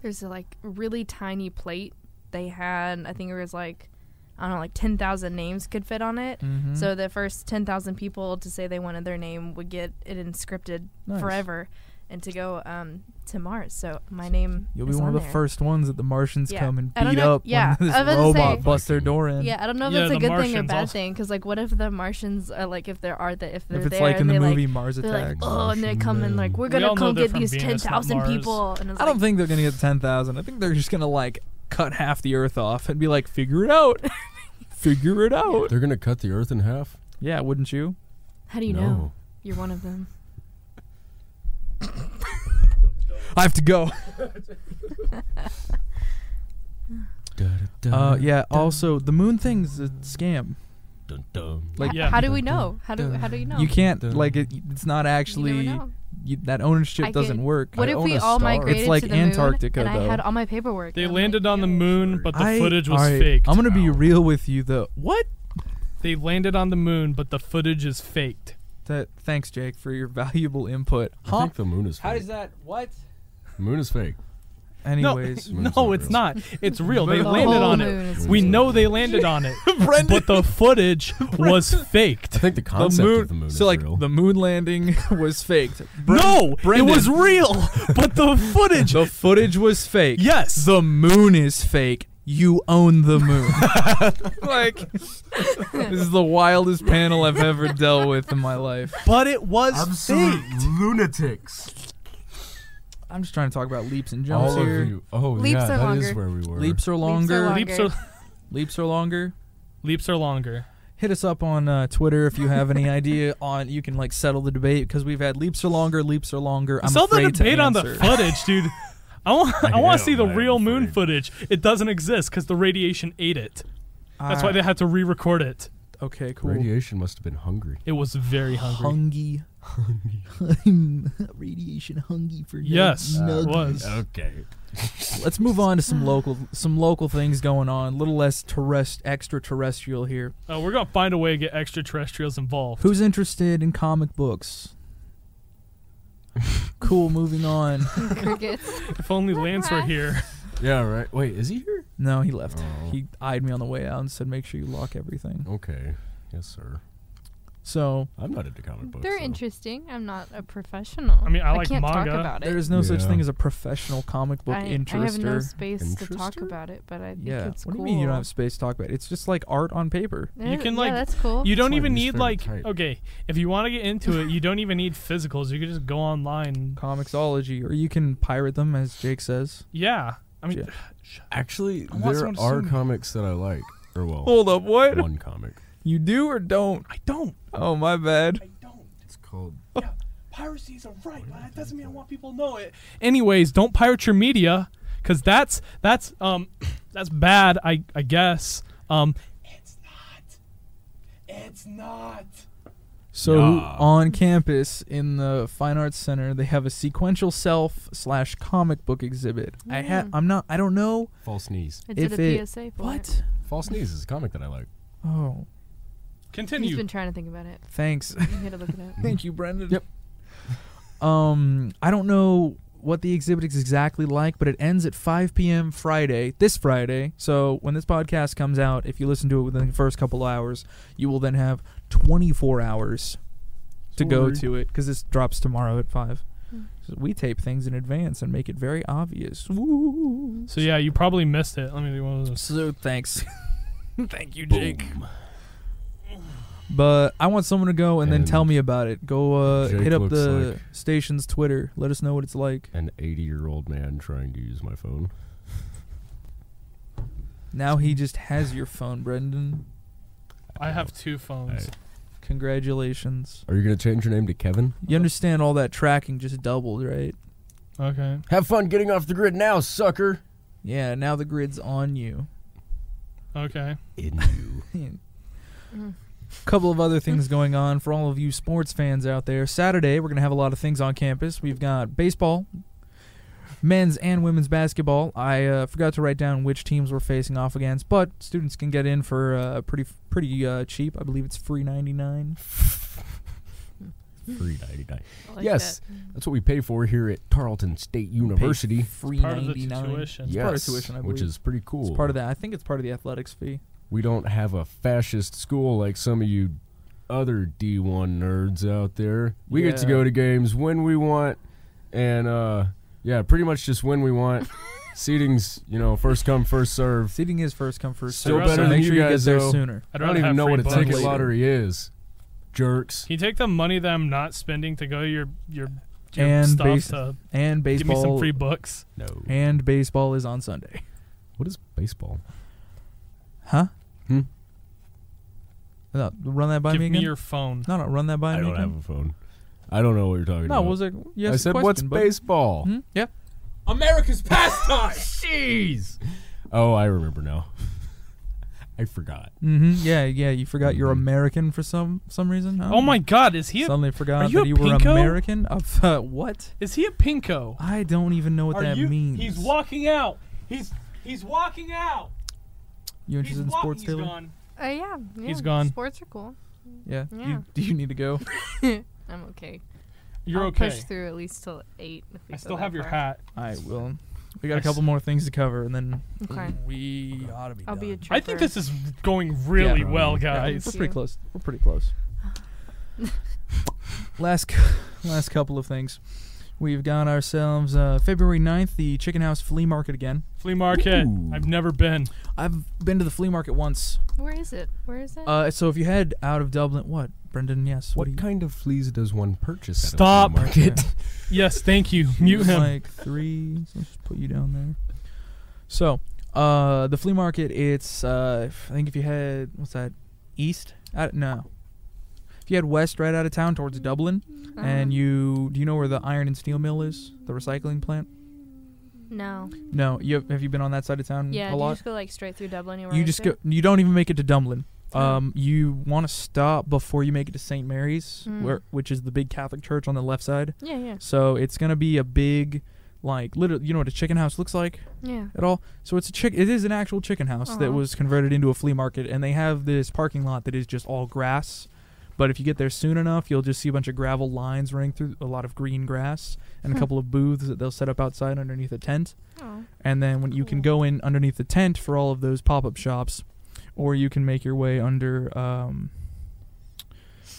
B: there's a like really tiny plate they had. I think it was like I don't know, like 10,000 names could fit on it.
A: Mhm.
B: So the first 10,000 people to say they wanted their name would get it inscripted
A: Nice.
B: forever and to go um, to Mars. So my name
A: You'll be
B: is
A: one of
B: on
A: the
B: there.
A: first ones that the Martians
B: Yeah.
A: come and
B: I don't
A: beat
B: know-
A: up
B: yeah,
A: when [LAUGHS] this
B: I was about to
A: robot
B: say-
A: busts their door in.
B: Yeah, I don't know if
C: Yeah,
B: that's a
C: the
B: good thing or
C: Martians
B: bad
C: also-
B: thing because like what if the Martians are like if there are the if they're
A: If it's
B: there
A: like in
B: and
A: the
B: they
A: movie
B: like
A: Mars
B: they're like
A: Attacks.
B: oh and they come and like we're
C: We
B: gonna
C: all know
B: come
C: they're
B: get
C: from
B: these
C: Venus, not
B: 10,000
C: Mars.
B: people and it's
A: I don't
B: like,
A: think they're gonna get ten thousand. I think they're just gonna like cut half the earth off and be like, figure it
B: [LAUGHS]
A: out. figure it out.
D: They're gonna cut the Earth in half.
A: Yeah, wouldn't you?
B: How do you
D: No.
B: know? You're one of them.
A: I have to go. Uh, yeah, also, the moon thing's a scam.
D: Dun, dun.
A: Like,
C: Yeah.
B: How do we know? How do how do you know?
A: you can't,
D: Dun.
A: like, it, it's not
B: You never
A: actually,
B: know.
A: you, that ownership
B: I
A: doesn't
B: could-
A: work.
B: What
D: I
B: if
D: own
B: we
D: a
B: all
D: star.
B: migrated
A: It's like
B: to the
A: Antarctica,
B: moon and
A: though.
B: I had all my paperwork?
C: They
B: I'm
C: landed
B: like,
C: on the
B: yo.
C: moon, but the
A: I-
C: footage was
A: alright,
C: faked.
A: I'm going to be real with you, though. What?
C: they landed on the moon, but the footage is faked.
A: That, thanks, Jake, for your [LAUGHS] valuable input.
D: I
A: Huh?
D: think the moon is fake.
F: How does that? What?
D: moon is fake.
A: Anyways.
C: [LAUGHS] no,
D: Moon's
C: no,
D: not
C: it's
D: real.
C: not. It's real. They
A: The
B: The
C: landed
B: whole
C: on it.
B: moon is-
D: Moon.
C: We know they landed
A: [LAUGHS]
C: on it, but the footage was
D: I
C: faked.
D: think the concept of the moon
A: so
D: is
A: like
D: real.
A: the moon landing [LAUGHS] was
C: [LAUGHS]
A: faked.
C: no,
A: Brendan.
C: it was real, but the
A: [LAUGHS]
C: footage.
A: The footage was fake.
C: yes,
A: The moon is fake. You own the
C: [LAUGHS]
A: moon. [LAUGHS] like this is the wildest panel I've ever dealt with in my life.
C: but it was faked.
D: lunatics.
A: I'm just trying to talk about leaps and jumps
D: All of
A: here.
D: you. Oh
B: Leaps
D: yeah,
B: are
D: that
B: longer.
D: is where we were.
A: Leaps are
B: Leaps are
A: longer.
B: long-
C: Leaps are
A: Leaps are longer.
C: leaps are longer.
A: Hit us up on uh, Twitter if you have [LAUGHS] any idea on. You can like settle the debate because we've had leaps are longer. Leaps are longer. I'm
C: Sell the
A: afraid to
C: debate on the
A: answer.
C: footage, dude. I want, I want to
D: know,
C: see the
D: man,
C: real
D: I'm
C: moon
D: afraid.
C: footage. It doesn't exist because the radiation ate it. That's
A: Ah.
C: why they had to re-record it.
A: Okay, cool.
D: Radiation must have been hungry.
C: It was very hungry.
A: Hungy. I'm [LAUGHS] radiation hungy for nug-
C: yes,
A: nug-
C: it was.
D: Okay.
A: Let's move on to some local some local things going on. A little less terrest extraterrestrial here.
C: Uh, we're gonna find a way to get extraterrestrials involved.
A: Who's interested in comic [LAUGHS] books? cool. Moving [LAUGHS] on.
C: [LAUGHS]
B: crickets.
C: If only Lance were here.
D: Yeah. Right. Wait. Is he here?
A: No, he left.
D: Oh.
A: He eyed me on the way out and said, "Make sure you lock everything."
D: Okay. Yes, sir.
A: So
D: I'm not into comic books.
B: They're
D: so.
B: interesting. I'm not a professional.
C: I mean, I like
B: can't
C: manga.
B: talk about it.
A: there's no such
D: Yeah.
A: thing as a professional comic book
B: I,
A: interester.
B: I have no space to talk
D: Interester?
B: about it, but I think
A: yeah.
B: it's
A: what do
B: cool.
A: you mean you don't have space to talk about? it? It's just like art on paper.
B: Yeah,
C: You can, like,
B: yeah, that's cool.
C: You don't
D: my
C: even
D: least
C: need
D: favorite
C: like
D: type.
C: okay. If you want to get into it, you don't even need physicals. You can just go online.
A: Comicsology, or you can pirate them, as Jake says.
C: Yeah, I mean,
D: Actually,
C: I want
D: there
C: someone to
D: are
C: sue me.
D: comics that I like, or well,
A: Hold up, what?
D: one comic.
A: You do or don't?
C: I don't.
A: Oh, my bad.
C: I don't.
D: It's called.
C: Piracy is a right, but that doesn't mean I want people to know it. Anyways, don't pirate your media, cause that's that's um [CLEARS THROAT] that's bad. I I guess um. It's not. It's not.
A: So
D: Nah.
A: on campus in the Fine Arts Center, they have a sequential self slash comic book exhibit. I ha- I'm not. I don't know
D: False Knees.
B: I did
A: if
B: a
A: it-
B: PSA for it.
A: what.
D: False Knees is a comic that I like.
A: Oh,
B: He's
C: Continue.
B: been trying to think about it.
C: [LAUGHS]
A: thanks.
B: You had to look it up.
A: Thank you, Brendan.
D: Yep.
A: Um, I don't know what the exhibit is exactly like, but it ends at 5 p.m. Friday, this Friday. So when this podcast comes out, if you listen to it within the first couple hours, you will then have 24 hours to go
C: Sorry.
A: to it because this drops tomorrow at 5.
B: Mm.
A: So we tape things in advance and make it very obvious. Woo.
C: So yeah, you probably missed it. Let me do one of those.
A: So thanks. [LAUGHS] Thank you, Jake. But I want someone to go and, then
D: And
A: tell me about it. Go uh,
D: Jake
A: hit up
D: looks
A: the
D: like-
A: station's Twitter. Let us know what it's like.
D: An 80 year old man trying to use my phone.
A: Now he just has your phone, Brendan.
C: I have two phones.
D: Hey.
A: Congratulations.
D: Are you gonna change your name to Kevin?
A: You understand all that tracking just doubled, right?
C: Okay.
D: Have fun getting off the grid now, sucker.
A: Yeah, now the grid's on you. [LAUGHS]
C: Okay.
D: [LAUGHS] In you.
B: Mm,
A: Couple of other things going on for all of you sports fans out there. Saturday, we're going to have a lot of things on campus. We've got baseball, men's and women's basketball. I uh, forgot to write down which teams we're facing off against, but students can get in for uh, pretty pretty uh, cheap. I believe it's free 99.
D: Free 99.
B: I like
D: yes,
B: that.
D: that's what we pay for here at Tarleton State University.
A: Free
C: Part of the
A: 99.
C: tuition.
A: It's
D: yes,
A: part of tuition, I
D: which
A: believe.
D: is pretty cool.
A: It's part of that. I think it's part of the athletics fee.
D: We don't have a fascist school like some of you other D1 nerds out there. We get to
A: Yeah.
D: go to games when we want, and uh, yeah, pretty much just when
A: [LAUGHS]
D: we want. Seating's, you know, first come, first serve.
A: Seating is first come first.
D: Still
A: served, so
C: better than
A: make
D: you
A: sure you
D: guys,
A: get there
D: though.
A: sooner.
D: I
C: I'd
D: don't
C: rather
D: even
C: have
D: know
C: free
D: what a
C: books.
D: ticket
A: later.
D: lottery is. Jerks.
C: Can you take the money that I'm not spending to go to your your, your
A: And
C: stuff
A: base-
C: to
A: And
C: give me some
A: baseball.
C: free books?
D: No.
A: and baseball is on Sunday.
D: What is baseball?
A: Huh?
D: Hmm?
A: No, run that by
C: Give
A: me
C: me,
A: again.
C: your phone.
A: no, no, run that by
D: I
A: me
D: don't
A: again.
D: have a phone. I don't know what you're talking
A: no,
D: about.
A: was it? Yes,
D: I said,
A: question,
D: what's
A: but-
D: baseball?
A: Hmm? Yeah.
C: [LAUGHS]
D: America's pastime. Jeez. Oh, I remember now. [LAUGHS] I forgot.
A: hmm Yeah, yeah. You forgot
D: Mm-hmm.
A: you're American for some some reason. I
C: Oh
A: don't
C: my
A: know.
C: God, is he a,
A: Suddenly forgot
C: are you
A: that
C: a
A: you were
C: pinko?
A: American. Of uh, [LAUGHS] what?
C: is he a pinko?
A: I don't even know what
C: Are
A: that
C: you?
A: means.
C: He's walking out. He's he's walking out.
A: You
C: He's
A: interested in
C: walking.
A: sports,
C: he's
A: Taylor?
C: gone.
B: Uh, yeah, yeah.
C: He's gone.
B: Sports are cool.
A: Yeah.
B: Yeah.
A: You, do you need to
B: [LAUGHS]
A: go?
B: I'm okay.
C: You're
B: I'll
C: okay.
B: Push through at least till eight. If we
C: I
B: go
C: still
B: that
C: have your
B: far.
C: hat.
A: I will. We got
C: I
A: a
C: s-
A: couple more things to cover, and then
B: Okay.
A: we ought to be.
B: I'll
A: done.
B: be a
C: I
B: trooper.
C: think this is going really
D: Yeah.
C: well,
A: Yeah,
C: guys.
A: we're
B: Thank
A: pretty
B: you.
A: close. We're pretty close. last, c- last couple of things. We've got ourselves uh, February 9th, the Chicken House Flea Market again.
C: Flea market.
D: Ooh.
C: I've never been.
A: I've been to the flea market once.
B: Where is it? Where is it?
A: Uh, so if you head out of Dublin, what, Brendan? Yes. What,
D: What
A: do you?
D: kind of fleas does one purchase? at a flea
C: Stop.
D: market?
C: Yes, thank you. [LAUGHS] Mute him.
A: Like three. So let's just put you down there. So uh, the flea market. It's uh, if- I think if you head what's that east? I, no. If you head west, right out of town towards Dublin,
B: Uh-huh.
A: and you do you know where the iron and steel mill is? The recycling plant.
B: no.
A: No. You have, have you been on that side of town Mm,
B: Yeah,
A: a
B: do you
A: lot?
B: just go like straight through Dublin. Anywhere
A: you
B: else
A: just
B: there?
A: go. You don't even make it to Dublin.
B: Oh.
A: Um, you want to stop before you make it to St. Mary's,
B: Mm.
A: where which is the big Catholic church on the left side.
B: Yeah, yeah,
A: So it's gonna be a big, like, literally, you know what a chicken house looks like
B: yeah.
A: at all. So it's a chick. It is an actual chicken house that
B: Aw.
A: was converted into a flea market, and they have this parking lot that is just all grass. But if you get there soon enough, you'll just see a bunch of gravel lines running through a lot of green grass and a
B: Hmm.
A: couple of booths that they'll set up outside underneath a tent.
B: Oh,
A: And then when you can
B: Cool.
A: go in underneath the tent for all of those pop up shops, or you can make your way under um,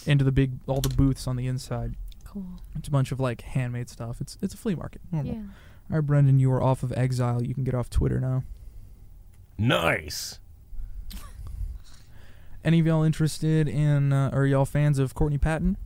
A: into the big all the booths on the inside.
B: cool.
A: It's a bunch of like handmade stuff. It's it's a flea market. Normal.
B: Yeah.
A: All right, Brendan, you are off of exile. You can get off Twitter now.
D: nice.
A: Any of y'all interested in? Uh, are y'all fans of Courtney Patton?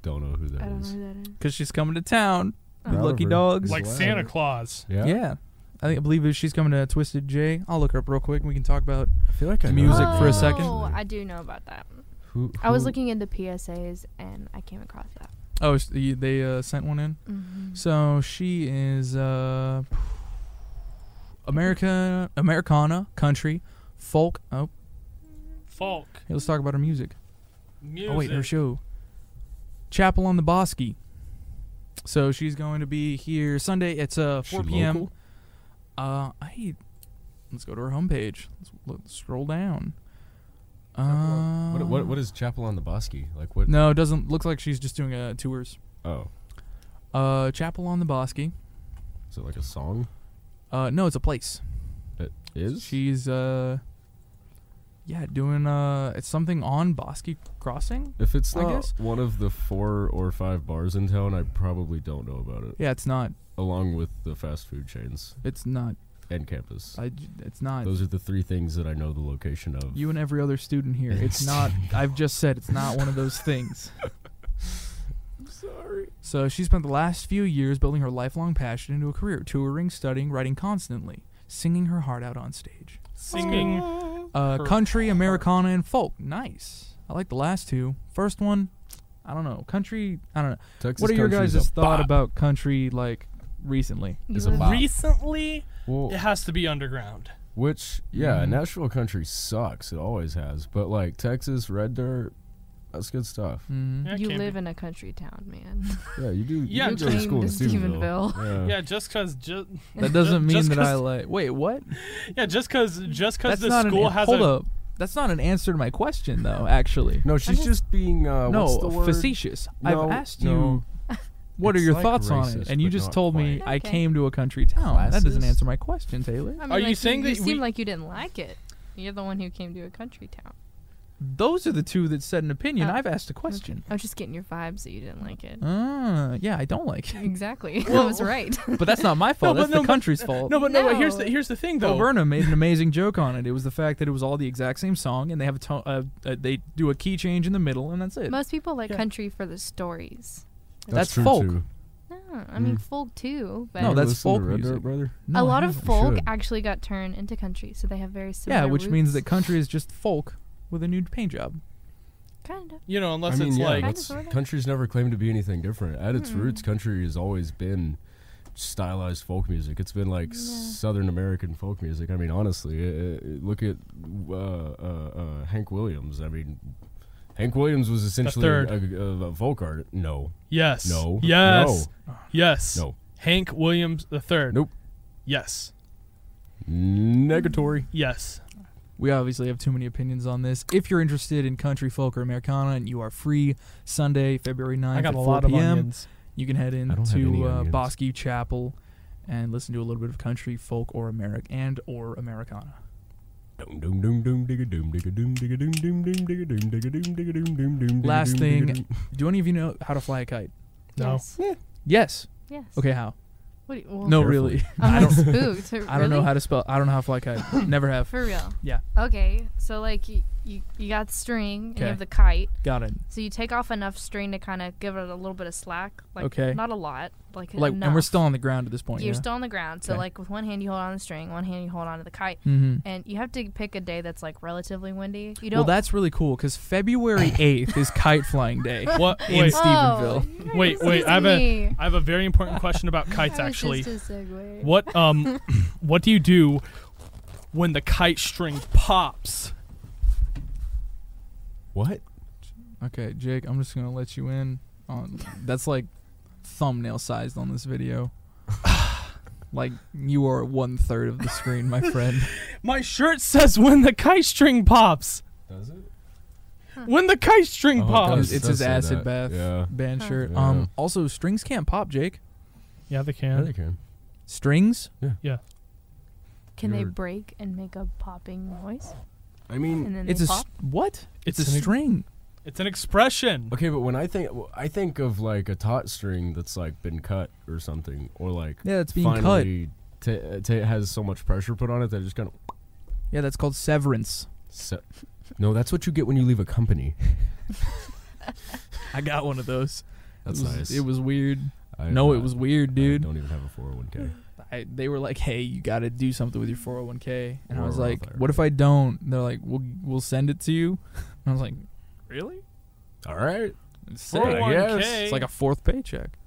D: Don't know who
B: I
D: that
B: don't know
D: is.
B: who that is.
A: Because she's coming to town.
B: Oh.
A: Lucky
D: Oliver.
A: dogs.
C: Like
D: Wow.
C: Santa Claus.
D: Yeah.
A: Yeah. I think I believe if she's coming to Twisted J. I'll look her up real quick and we can talk about.
D: I feel like I know
A: Music
D: that
A: for a
D: name,
A: second.
B: Oh,
D: actually.
B: I do know about that.
D: Who-
B: I was
D: who-
B: looking into PSAs and I came across that.
A: Oh, s- you- they uh, sent one in.
B: Mhm.
A: So she is uh, America, Americana, country, folk. Oh,
C: Folk.
A: hey, let's talk about her music.
C: Music.
A: Oh wait, her show, Chapel on the Bosky. So she's going to be here Sunday. It's uh 4
D: She
A: p.m.
D: local?
A: Uh, I let's go to her homepage. Let's, let's scroll down. Uh,
D: What, what, what is Chapel on the Bosky? Like what?
A: No, it doesn't look like she's just doing uh, tours.
D: Oh,
A: Uh, Chapel on the Bosky.
D: is it like a song?
A: Uh, no, it's a place.
D: It is.
A: She's uh yeah, doing uh it's something on Bosky Crossing?
D: if it's
A: I
D: not
A: guess.
D: one of the four or five bars in town, I probably don't know about it.
A: Yeah, it's not.
D: Along with the fast food chains
A: It's not.
D: and campus.
A: I j- it's not.
D: Those are the three things that I know the location of.
A: you and every other student
D: [LAUGHS]
A: here. It's not I've just said it's not one of those things.
D: Sorry.
A: So she spent the last few years building her lifelong passion into a career, touring, studying, writing constantly, singing her heart out on stage.
C: Singing.
A: Uh,
C: Her
A: country,
C: heart.
A: Americana, and folk. Nice. I like the last two. First one, I don't know. Country, I don't know.
D: Texas
A: what are your
D: country's
A: guys'
D: a
A: thought
D: bop.
A: about country like recently?
B: You
D: It's a
B: live-
D: Wow.
C: Recently,
D: Well,
C: it has to be underground.
D: which yeah,
A: Mhm.
D: Nashville country sucks. It always has. But like Texas red dirt, that's good
A: [LAUGHS]
D: stuff.
A: Mm-hmm.
C: Yeah, it
B: you
C: can't be.
B: live in a country town, man. [LAUGHS]
D: Yeah, you do.
C: Yeah,
D: you do go to
B: came
D: school in
B: to
D: Stephenville.
B: Stephenville.
D: Yeah.
C: Yeah, just cause just
A: That doesn't mean
C: [LAUGHS] just
A: that
C: 'cause-
A: I like. Wait, what?
C: yeah, just cause just cause
A: That's
C: the
A: not
C: school
A: an.
C: has
A: hold
C: a
A: up. That's not an answer to my question, though. Actually,
D: No, she's
B: just-
D: just being uh, what's the
A: no,
D: word?
A: facetious.
D: No,
A: I've asked
D: no. [LAUGHS]
A: you, what are
D: It's
A: your
D: like
A: thoughts on it?
D: racist,
A: And you
D: but
A: just
D: not
A: told me
B: quite.
A: I
B: Okay.
A: classes? came to a country town. That doesn't
D: Classes?
A: answer my question, Taylor.
B: I mean,
C: Are you
B: like,
C: saying
B: you
C: that we-
B: seem like you didn't like it? You're the one who came to a country town.
A: Those are the two that said an opinion.
C: Uh,
B: Oh.
A: I've asked a question.
B: I was just getting your vibes that you didn't like it.
A: Ah, yeah, I don't like
C: [LAUGHS]
A: it,
B: Exactly. [LAUGHS] I
A: [LAUGHS]
B: was right.
A: but that's not my fault.
C: but
A: that's
C: no,
A: the
C: but-
A: country's
C: [LAUGHS]
A: fault.
C: no, but no, but here's
B: Oh, No.
C: the here's the thing
A: Bo
D: Oh,
C: though.
A: Burnham made an amazing joke on it. It was the fact that it was all the exact same song, and they have a tone. Uh, uh, they do a key change in the middle, and that's it.
B: Most people like
A: Yeah.
B: country for the stories.
A: That's folk.
D: True too.
B: No. don't. I mean, folk too, but
A: Mm. No,
D: You
A: that's
D: listen to
A: folk
D: Red
A: music.
D: Dirt, brother.
A: No,
B: a
A: I
B: lot of
A: haven't.
B: folk
D: should.
B: actually got turned into country, so they have very similar.
A: yeah, which means that
B: roots.
A: country is just folk with a new paint job.
B: kind of.
C: You know, unless
D: I mean,
C: it's
D: yeah,
C: like
B: Kinda, Mm-hmm.
D: it's-
B: sorta.
D: country's never claimed to be anything different. At its roots, country has always been stylized folk music. It's been like Southern American folk music. I mean, honestly, i- i- look at uh, uh, uh, Hank Williams. I mean, Hank Williams was essentially
C: third.
D: a, a, a folk artist. No,
C: yes,
D: No.
C: yes, yes,
D: No.
C: Hank Williams the third.
D: Nope.
C: Yes,
D: negatory.
C: yes.
A: We obviously have too many opinions on this. If you're interested in country folk or Americana and you are free Sunday, February 9th
C: I got
A: at
C: a
A: 4
C: lot of
A: p.m.,
C: onions.
A: you can head
D: I don't have any
A: into uh,
D: onions.
A: Bosque Chapel and listen to a little bit of country folk or Americ and or Americana.
D: Doom, doom, doom, doom, digga, doom, digga, doom, digga, doom, doom, doom, digga, doom, digga, doom, digga, doom, doom, doom, digga,
A: Last
D: doom, digga,
A: thing-
D: doom.
A: Do any of you know how to fly a kite?
C: No.
B: Yes.
A: Yes.
B: yes.
A: Hmm. Okay, how?
B: What do you, well,
A: no,
D: Carefully.
A: really.
B: I'm
A: I
B: like
A: don't. [LAUGHS]
B: spooked.
A: I don't know
B: Really?
A: how to spell. I don't know how to fly a
B: [LAUGHS]
A: kite. Never have.
B: For real.
A: Yeah.
B: Okay, so like you you, you got string and you
A: Okay.
B: have the kite.
A: Got it.
B: So you take off enough string to kind of give it a little bit of slack. Like
A: Okay.
B: Not a lot. Like,
A: Like,
B: enough.
A: and we're still on the ground at this point.
B: You're
A: yeah?
B: still on the ground. So
A: Okay.
B: like with one hand you hold on to the string, one hand you hold on to the kite,
A: Mm-hmm.
B: and you have to pick a day that's like relatively windy. You don't.
A: Well, that's really cool because February 8th is kite flying
B: [LAUGHS]
A: day.
C: [LAUGHS] What?
A: In
C: Wait,
B: oh,
A: Stephenville.
B: nice.
C: wait, wait. I have
B: Me.
C: a I have a very important
B: [LAUGHS]
C: question about kites.
B: That was
C: Actually,
B: just a segue.
C: what
B: [LAUGHS]
C: um, what do you do when the kite string pops?
D: What?
A: Okay, Jake, I'm just gonna let you in on that's like thumbnail sized on this
B: [LAUGHS]
A: video. like you are one third of the screen, my
B: [LAUGHS]
A: friend.
C: My [LAUGHS] shirt says when the kite string pops.
D: Does it?
C: When the kite string
D: Oh, it
C: pops.
A: it's
D: does
A: his
D: say
A: acid
D: that.
A: bath
D: Yeah.
A: band
B: Huh.
A: shirt.
D: Yeah.
A: Um, also strings can't pop, Jake.
C: Yeah, they
D: Yeah,
C: can.
D: they can.
A: Strings?
B: Can they
D: You're-
B: break and make a popping noise?
D: I mean,
B: And then
A: It's
B: they
A: a
B: pop?
A: s- what? It's,
C: It's
A: a
C: an-
A: string.
C: It's an expression.
D: Okay, but when I think well, I think of like a taut string that's like been cut or something, or like
A: Yeah, it's being
D: finally ta uh, ta- has so much pressure put on it that it just kind of.
A: cut. Yeah, that's called severance.
D: Se- no, that's what you get when you leave a company.
A: I got one of those.
D: That's
A: it was,
D: nice.
A: It was weird.
D: I have
A: no, it
D: not-
A: was weird,
D: I
A: dude.
D: don't even have a four hundred one
A: [SIGHS]
D: k.
A: I, they were like, "Hey, you got to do something with your 401k," and I
D: Or
A: was
D: we're all
A: like,
D: fired.
A: "What if I don't?" And they're like, "We'll we'll send it to you." [LAUGHS] And I was like, "Really?"
D: All right,
A: It's
D: Four
A: sick.
D: hundred one
A: It's like a fourth paycheck.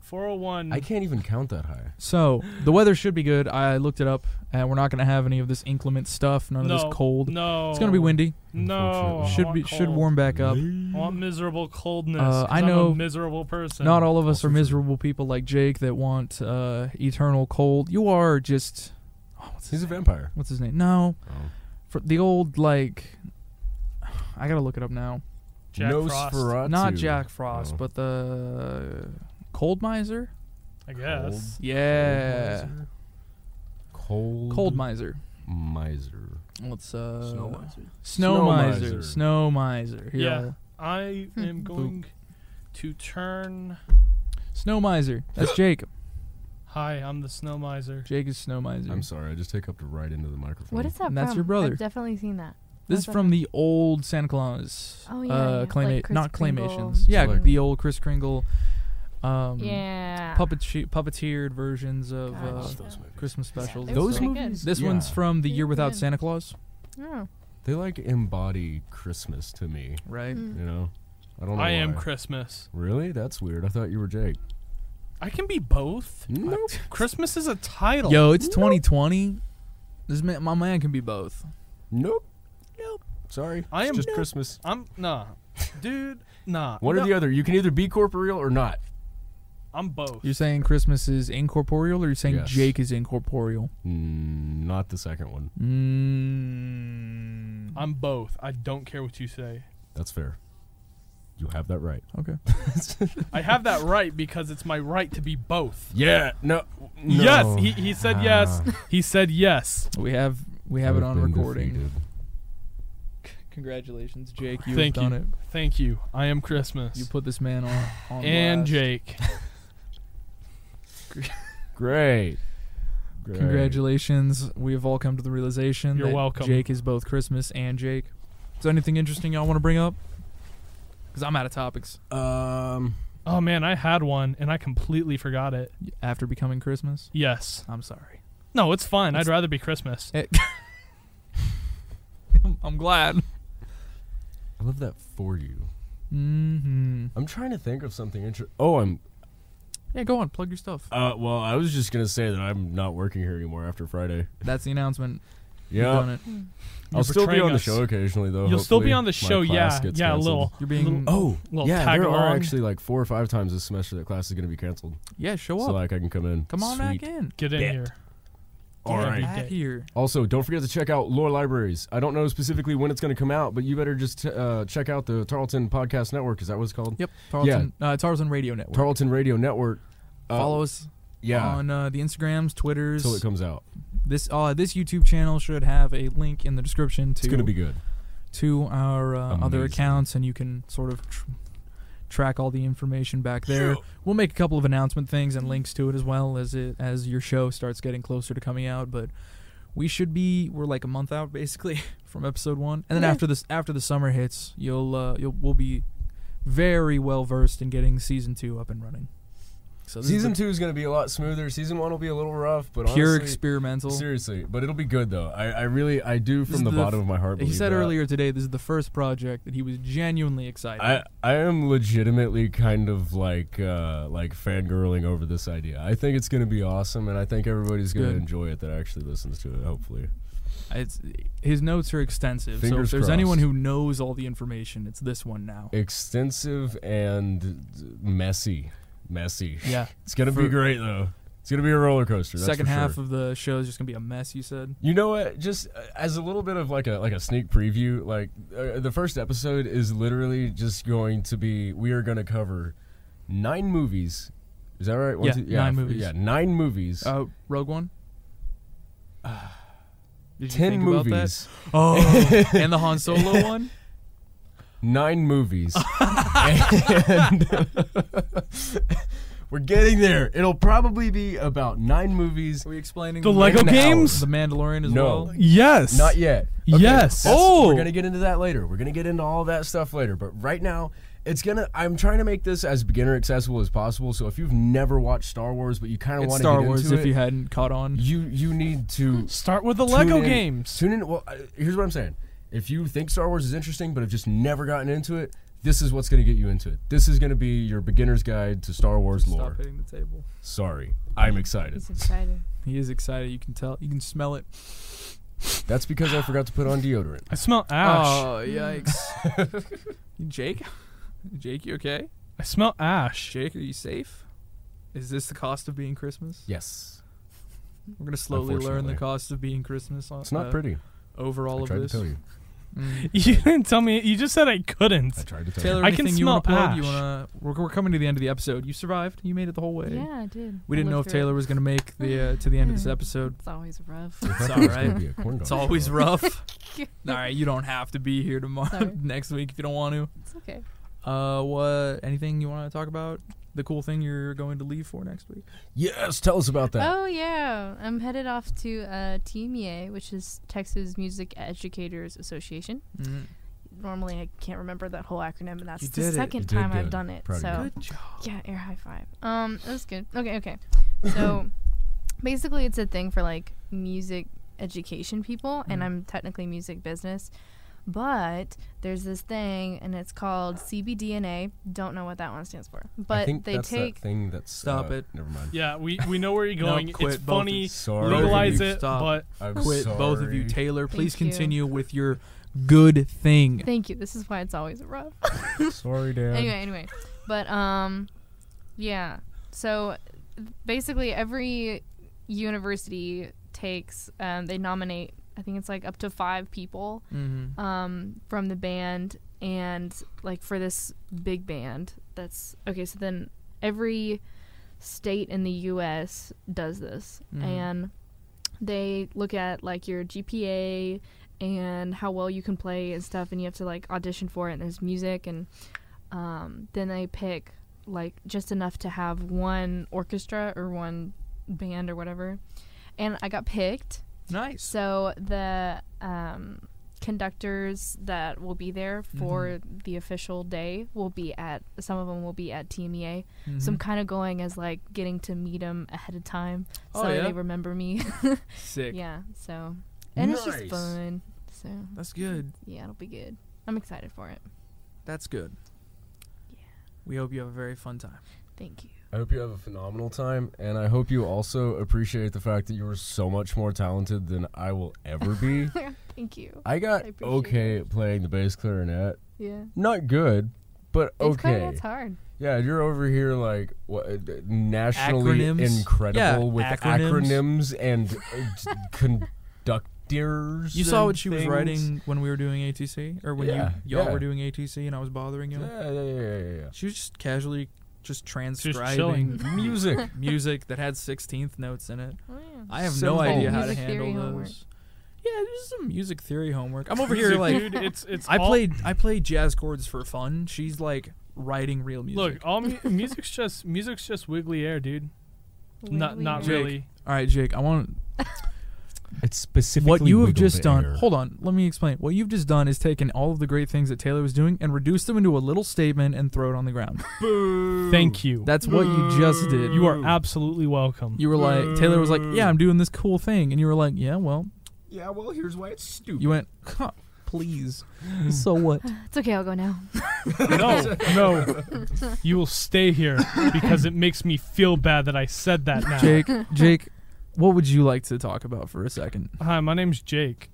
C: 401.
D: I can't even count that high.
A: So the weather should be good. I looked it up, and we're not gonna have any of this inclement stuff. None of
C: No,
A: this cold.
C: No.
A: It's gonna be windy.
C: No. I
D: Unfortunately.
A: Should
C: want
A: be should
C: cold.
A: warm back up.
C: I want miserable coldness.
A: Uh,
C: 'cause
A: I
C: I'm
A: know
C: a miserable person.
A: Not all of us
D: Also
A: are
D: true.
A: miserable people like Jake that want uh, eternal cold. You are just oh, what's his
D: He's a vampire.
A: what's his name? No,
D: Oh.
A: for the old like. I gotta look it up now.
C: Jack Frost.
D: Nosferatu.
A: Not Jack Frost,
D: Oh.
A: but the Cold Miser.
C: I guess.
A: Yeah,
D: Cold.
A: Cold Miser.
D: miser.
A: Let's uh,
D: Snow miser.
A: Snow,
D: Snow
A: Miser.
D: Miser.
A: Snow Miser. Here,
C: Yeah.
A: I'll-
C: I am going to turn.
A: Snow Miser.
C: [LAUGHS]
A: That's Jake.
C: Hi, I'm the snow miser.
A: Jake is Snow Miser.
D: I'm sorry, I just take up to right into the microphone.
B: What is that
A: And that's
B: from?
A: your brother.
B: I've definitely seen that.
A: this is
B: That's
A: from the old Santa Claus.
B: Oh, yeah,
A: Uh,
B: yeah.
A: claymate-
B: Like Kris
A: not
B: Kringle.
A: claymations. Yeah,
D: Like-
A: the old Chris Kringle. Um,
B: yeah.
A: Puppet puppeteered versions of
D: I
A: uh,
D: love
B: Gosh.
D: those movies.
A: Christmas specials.
B: They're
D: Those
B: pretty
A: So-
B: good.
D: movies-
A: This
D: Yeah.
A: one's from the
B: They're
A: year without
B: good.
A: Santa Claus,
B: Oh.
D: They like embody Christmas to me.
A: right?
B: Mm.
D: You know, I don't know.
C: I am
D: why.
C: Christmas.
D: Really? That's weird. I thought you were Jake.
C: I can be both. [LAUGHS]
D: Nope.
C: Christmas is a title.
A: Yo, it's 2020. This man, my man can be both.
D: Nope. Nope. Sorry.
C: I
D: it's
C: am-
D: just
C: Nope.
D: Christmas.
C: I'm nah, dude. Nah.
D: One
C: No,
D: or the other. You can either be corporeal or not.
C: I'm both.
A: You're saying Christmas is incorporeal, or you're saying
D: Yes.
A: Jake is incorporeal?
D: Mm, not the second one.
A: Mm.
C: I'm both. I don't care what you say.
D: That's fair. You have that right.
A: Okay.
C: I have that right because it's my right to be both.
D: Yeah. No. Ah. no.
C: Yes, he, he said yes. He said yes.
A: We have we have it
D: I've
A: on
D: been
A: recording.
D: defeated.
A: Congratulations, Jake. You've
C: Thank
A: done
C: you.
A: it.
C: Thank you. I am Christmas.
A: You put this man on. on
C: and
A: blast.
C: Jake.
D: Great. Great.
A: Congratulations. We have all come to the realization
C: You're
A: that
C: welcome.
A: Jake is both Christmas and Jake. Is there anything interesting y'all want to bring up? Because I'm out of topics.
D: Um.
C: Oh man, I had one and I completely forgot it.
A: after becoming Christmas?
C: Yes.
A: I'm sorry. [LAUGHS]
C: No, it's fine.
A: It's-
C: I'd rather be Christmas.
A: I'm- I'm glad.
D: I love that for you.
A: Mm-hmm.
D: I'm trying to think of something interesting. Oh, I'm.
A: Yeah, go on. Plug your stuff.
D: Uh, well, I was just gonna say that I'm not working here anymore after Friday.
A: That's the announcement. You've done
D: Yeah,
A: it.
D: I'll still be
C: betraying
D: on the
C: us.
D: show occasionally though.
C: You'll still be
D: hopefully.
C: on the
D: My
C: show,
D: class
C: yeah,
D: gets
C: yeah, a
D: canceled.
C: little.
A: You're being.
D: Oh,
C: Little
D: yeah.
C: tag
D: There are
C: along.
D: actually like four or five times this semester that class is gonna be canceled,
A: yeah,
C: Oh,
A: show
D: so
A: up.
D: like I can come in.
A: Come on
D: Sweet.
A: back in.
C: Get in
D: Bet.
C: here.
D: All
C: Yeah.
D: right.
C: Right.
A: Back here.
D: Also, don't forget to check out Lore Libraries. I don't know specifically when it's going to come out, but you better just t- uh, check out the Tarleton Podcast Network. Is that what it's called?
A: Yep. Tarleton, uh, Tarleton Radio Network.
D: Tarleton Radio Network. Uh,
A: Follow us
D: Yeah.
A: on uh, the Instagrams, Twitters.
D: Until it comes out.
A: this uh, this YouTube channel should have a link in the description
D: It's
A: to
D: going to be good.
A: to our uh, other
D: Amazing.
A: accounts, and you can sort of tr- track all the information back there. We'll make a couple of announcement things and links to it as well as it as your show starts getting closer to coming out. But we should be we're like a month out basically [LAUGHS] from episode one, and then after this after the summer hits, you'll uh, you'll we'll be very well versed in getting season two up and running. So this is
D: Season
A: the
D: two is going to be a lot smoother. Season one will be a little rough, but
A: pure
D: honestly,
A: experimental.
D: seriously, but it'll be good though. I, I really, I do
A: This
D: from
A: is
D: the,
A: the
D: bottom
A: f-
D: of my heart.
A: He
D: believe
A: said
D: that.
A: earlier today this is the first project that he was genuinely excited.
D: I, I am legitimately kind of like uh, like fangirling over this idea. I think it's going to be awesome, and I think everybody's going to
A: Good.
D: enjoy it that actually listens to it. Hopefully,
A: It's his notes are extensive. so if
D: Fingers
A: there's anyone
D: crossed.
A: who knows all the information, it's this one
D: [LAUGHS]
A: now.
D: extensive and messy, messy.
A: Yeah.
D: It's gonna
A: For-
D: be great though. It's gonna be a roller coaster. That's
A: Second
D: for
A: half
D: sure.
A: of the show is just gonna be a mess. You said
D: You know what? Just uh, as a little bit of like a like a sneak preview, like uh, the first episode is literally just going to be. We are going to cover nine movies. Is that right? One,
A: Yeah,
D: two-
A: nine
D: f-
A: movies.
D: Yeah, nine movies.
A: uh, Rogue
D: [SIGHS]
A: One. Did you
D: ten
A: think About that?
D: movies.
A: [LAUGHS] Oh, and the Han
D: [LAUGHS]
A: Solo one.
D: Nine
A: [LAUGHS]
D: movies. and [LAUGHS] we're getting there. It'll probably be about nine movies.
A: Are we explaining
C: The
A: Man-
C: Lego
D: An hour.
C: games?
A: the Mandalorian as
D: No.
A: well?
C: Yes.
D: Not yet.
C: Yes.
D: that's-
C: Oh.
D: We're gonna get into that later. We're gonna get into all that stuff later. But right now, it's gonna. I'm trying to make this as beginner accessible as possible. So if you've never watched Star Wars, but you kind of
A: It's
D: want to
A: Star
D: get
A: Wars.
D: into
A: If
D: it,
A: you hadn't caught on,
D: you you need to
C: Start with the
D: tune
C: Lego
D: in-
C: games.
D: Tune in. Well, uh, here's what I'm saying. If you think Star Wars is interesting, but have just never gotten into it, this is what's gonna get you into it. This is gonna be your beginner's guide to Star Wars lore.
A: stop hitting the table.
D: Sorry, I'm excited.
B: He's excited.
A: He is excited. You can tell. You can smell it.
D: That's because I forgot to put on deodorant.
C: I smell ash.
A: Oh yikes! [LAUGHS] Jake, Jake, you okay?
C: I smell ash.
A: Jake, are you safe? Is this the cost of being Christmas?
D: Yes,
A: We're gonna slowly learn the
D: Unfortunately.
A: cost of being Christmas. On,
D: it's not
A: uh,
D: pretty.
A: Over all
D: I
A: of
D: tried to
A: this.
D: tell you. [LAUGHS]
A: Mm.
C: [LAUGHS] You didn't tell me. You just said I couldn't.
D: I tried to tell you.
A: Taylor,
C: I can
A: anything you want to
C: smell
A: plug? You
C: ash.
A: wanna? We're, we're coming to the end of the episode. You survived. You made it the whole way.
B: Yeah, I did.
A: We
B: I
A: didn't know if
B: lived through it. Mm.
A: Taylor was gonna make the uh, to the end of this
B: Yeah.
A: episode.
B: It's always rough.
A: [LAUGHS] It's
D: I thought it was
A: alright.
D: gonna be a corn dog
A: It's
D: show.
A: always rough.
B: [LAUGHS]
A: all right, you don't have to be here tomorrow
B: Sorry.
A: [LAUGHS] next week if you don't want to.
B: It's okay.
A: Uh, what? Anything you want to talk about? The cool thing you're going to leave for next week?
D: Yes, tell us about that.
B: Oh yeah, I'm headed off to uh, TMEA, which is Texas Music Educators Association.
A: Mm.
B: Normally, I can't remember that whole acronym, but that's
A: You did
B: the
A: it.
D: You
B: second
D: did
B: time
D: good.
B: I've done it.
D: Proud of
B: so
D: you.
A: Good job.
B: yeah, air high five. Um, that was good. Okay, okay.
D: [LAUGHS]
B: So basically, it's a thing for like music education people, and
D: Mm.
A: Mhm.
B: I'm technically music business. But there's this thing, and it's called CBDNA. Don't know what that one stands for,
D: I
B: but
D: think
B: they
D: that's
B: take
D: that thing that's
A: Stop
D: uh,
A: it.
D: Never mind.
C: Yeah, we, we know where you're
A: No,
C: going.
A: quit
C: it's
A: both
C: funny.
A: of-
D: Sorry.
C: Legalize
A: Sorry.
C: it,
A: Stop.
C: but
D: I'm
A: quit both of you
D: sorry.
B: [LAUGHS]
A: taylor please
B: Thank you.
A: continue with your good thing
B: Thank you. This is why it's always rough.
D: sorry, Dad.
B: anyway, anyway, but um, yeah. So basically, every university takes um, they nominate. I think it's like up to five people
A: mm-hmm.
B: um, from the band and like for this big band that's okay so then every state in the us does this
A: Mhm.
B: and they look at like your gpa and how well you can play and stuff and you have to like audition for it and there's music and um, then they pick like just enough to have one orchestra or one band or whatever and i got picked
A: nice
B: so the um, conductors that will be there for
A: Mm-hmm.
B: the official day will be at some of them will be at TMEA. So
A: Mm-hmm.
B: I'm kind of going as like getting to meet them ahead of time so
A: Oh,
B: that
A: yeah?
B: they remember me. [LAUGHS]
A: Sick.
B: yeah. So and it's just
E: Nice.
B: fun. So
A: That's good.
B: yeah, it'll be good. I'm excited for it.
A: That's good. We hope you have a very fun time.
B: Thank you. [LAUGHS]
D: I hope you have a phenomenal time, and I hope you also appreciate the fact that you were so much more talented than I will
B: [LAUGHS]
D: ever be.
B: Thank you.
D: I got
B: I appreciate
D: okay at playing the bass clarinet.
B: Yeah.
D: Not good, but
B: It's
D: okay.
B: That's hard.
D: Yeah, you're over here like what, uh, d- nationally
A: Acronyms?
D: incredible
A: Yeah,
D: with
A: acronyms.
D: acronyms, and uh, conductors.
A: You saw
D: and
A: what she was
D: things.
A: writing when we were doing ATC, or when
D: Yeah,
A: you y'all
D: yeah.
A: were doing ATC, and I was bothering you.
D: Yeah, yeah, yeah, yeah. yeah.
A: She was just casually just transcribing
E: chilling.
A: [LAUGHS]
D: Music.
A: music that had sixteenth notes in it.
B: Oh, yeah.
A: I have
D: Simple.
A: no idea how to
B: Music theory
A: handle
B: homework.
A: those. Yeah, just some music theory homework. I'm
C: [LAUGHS]
A: over
C: Music,
A: here like
C: dude, it's
A: [LAUGHS]
C: it's.
A: I
C: all-
A: played I played jazz chords for fun. She's like writing real music.
C: Look, all mu- music's just music's just wiggly air, dude. Not
B: Wiggly
C: not
A: air.
C: really.
A: all right, Jake, I want
D: It's specifically
A: what you have just done. Hold on, let me explain. What you've just done is taken all of the great things that Taylor was doing and reduced them into a little statement and throw it on the ground.
C: Thank you.
A: That's what you just did.
C: you are
A: [LAUGHS]
C: absolutely welcome.
A: You were like Taylor was like, "Yeah, I'm doing this cool thing," and you were like, "Yeah, well."
D: Yeah, well, here's why it's stupid.
A: You went, huh, "Please." so what?
B: It's okay. I'll go now.
C: no, no. You will stay here because it makes me feel bad that I said that now.
A: Jake, Jake, what would you like to talk about for a second?
C: Hi, my name's Jake.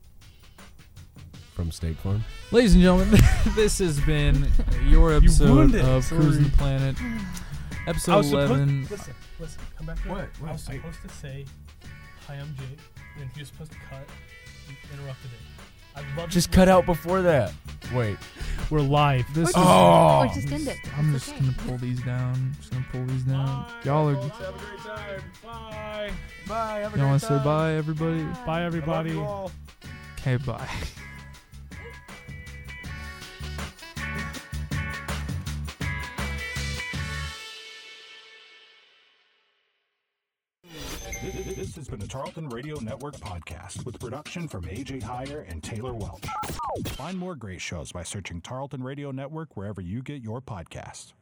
D: From State Farm.
A: Ladies and gentlemen, [LAUGHS] this has been your episode
C: ruined it.
A: of Cruising the
C: Sorry.
A: Planet. Episode 11.
C: listen, listen, come back here.
D: What? What?
C: I was
D: I-
C: supposed to say, "Hi, I'm Jake," and then he was supposed to cut. You interrupted it. I love.
D: Just cut out before that. Wait.
C: We're live.
A: This is,
D: Oh.
B: Or just end it.
A: I'm
B: It's
A: just
B: okay. Oh,
A: going to pull these down. Just going to pull these down. Y'all are. Y'all
D: Have a great time. Bye. Bye. Have
B: oh,
A: want to say bye, everybody?
C: Bye, everybody.
A: Okay, bye.
F: This has been a Tarleton Radio Network podcast with production from AJ Heyer and Taylor Welch. Find more great shows by searching Tarleton Radio Network wherever you get your podcasts.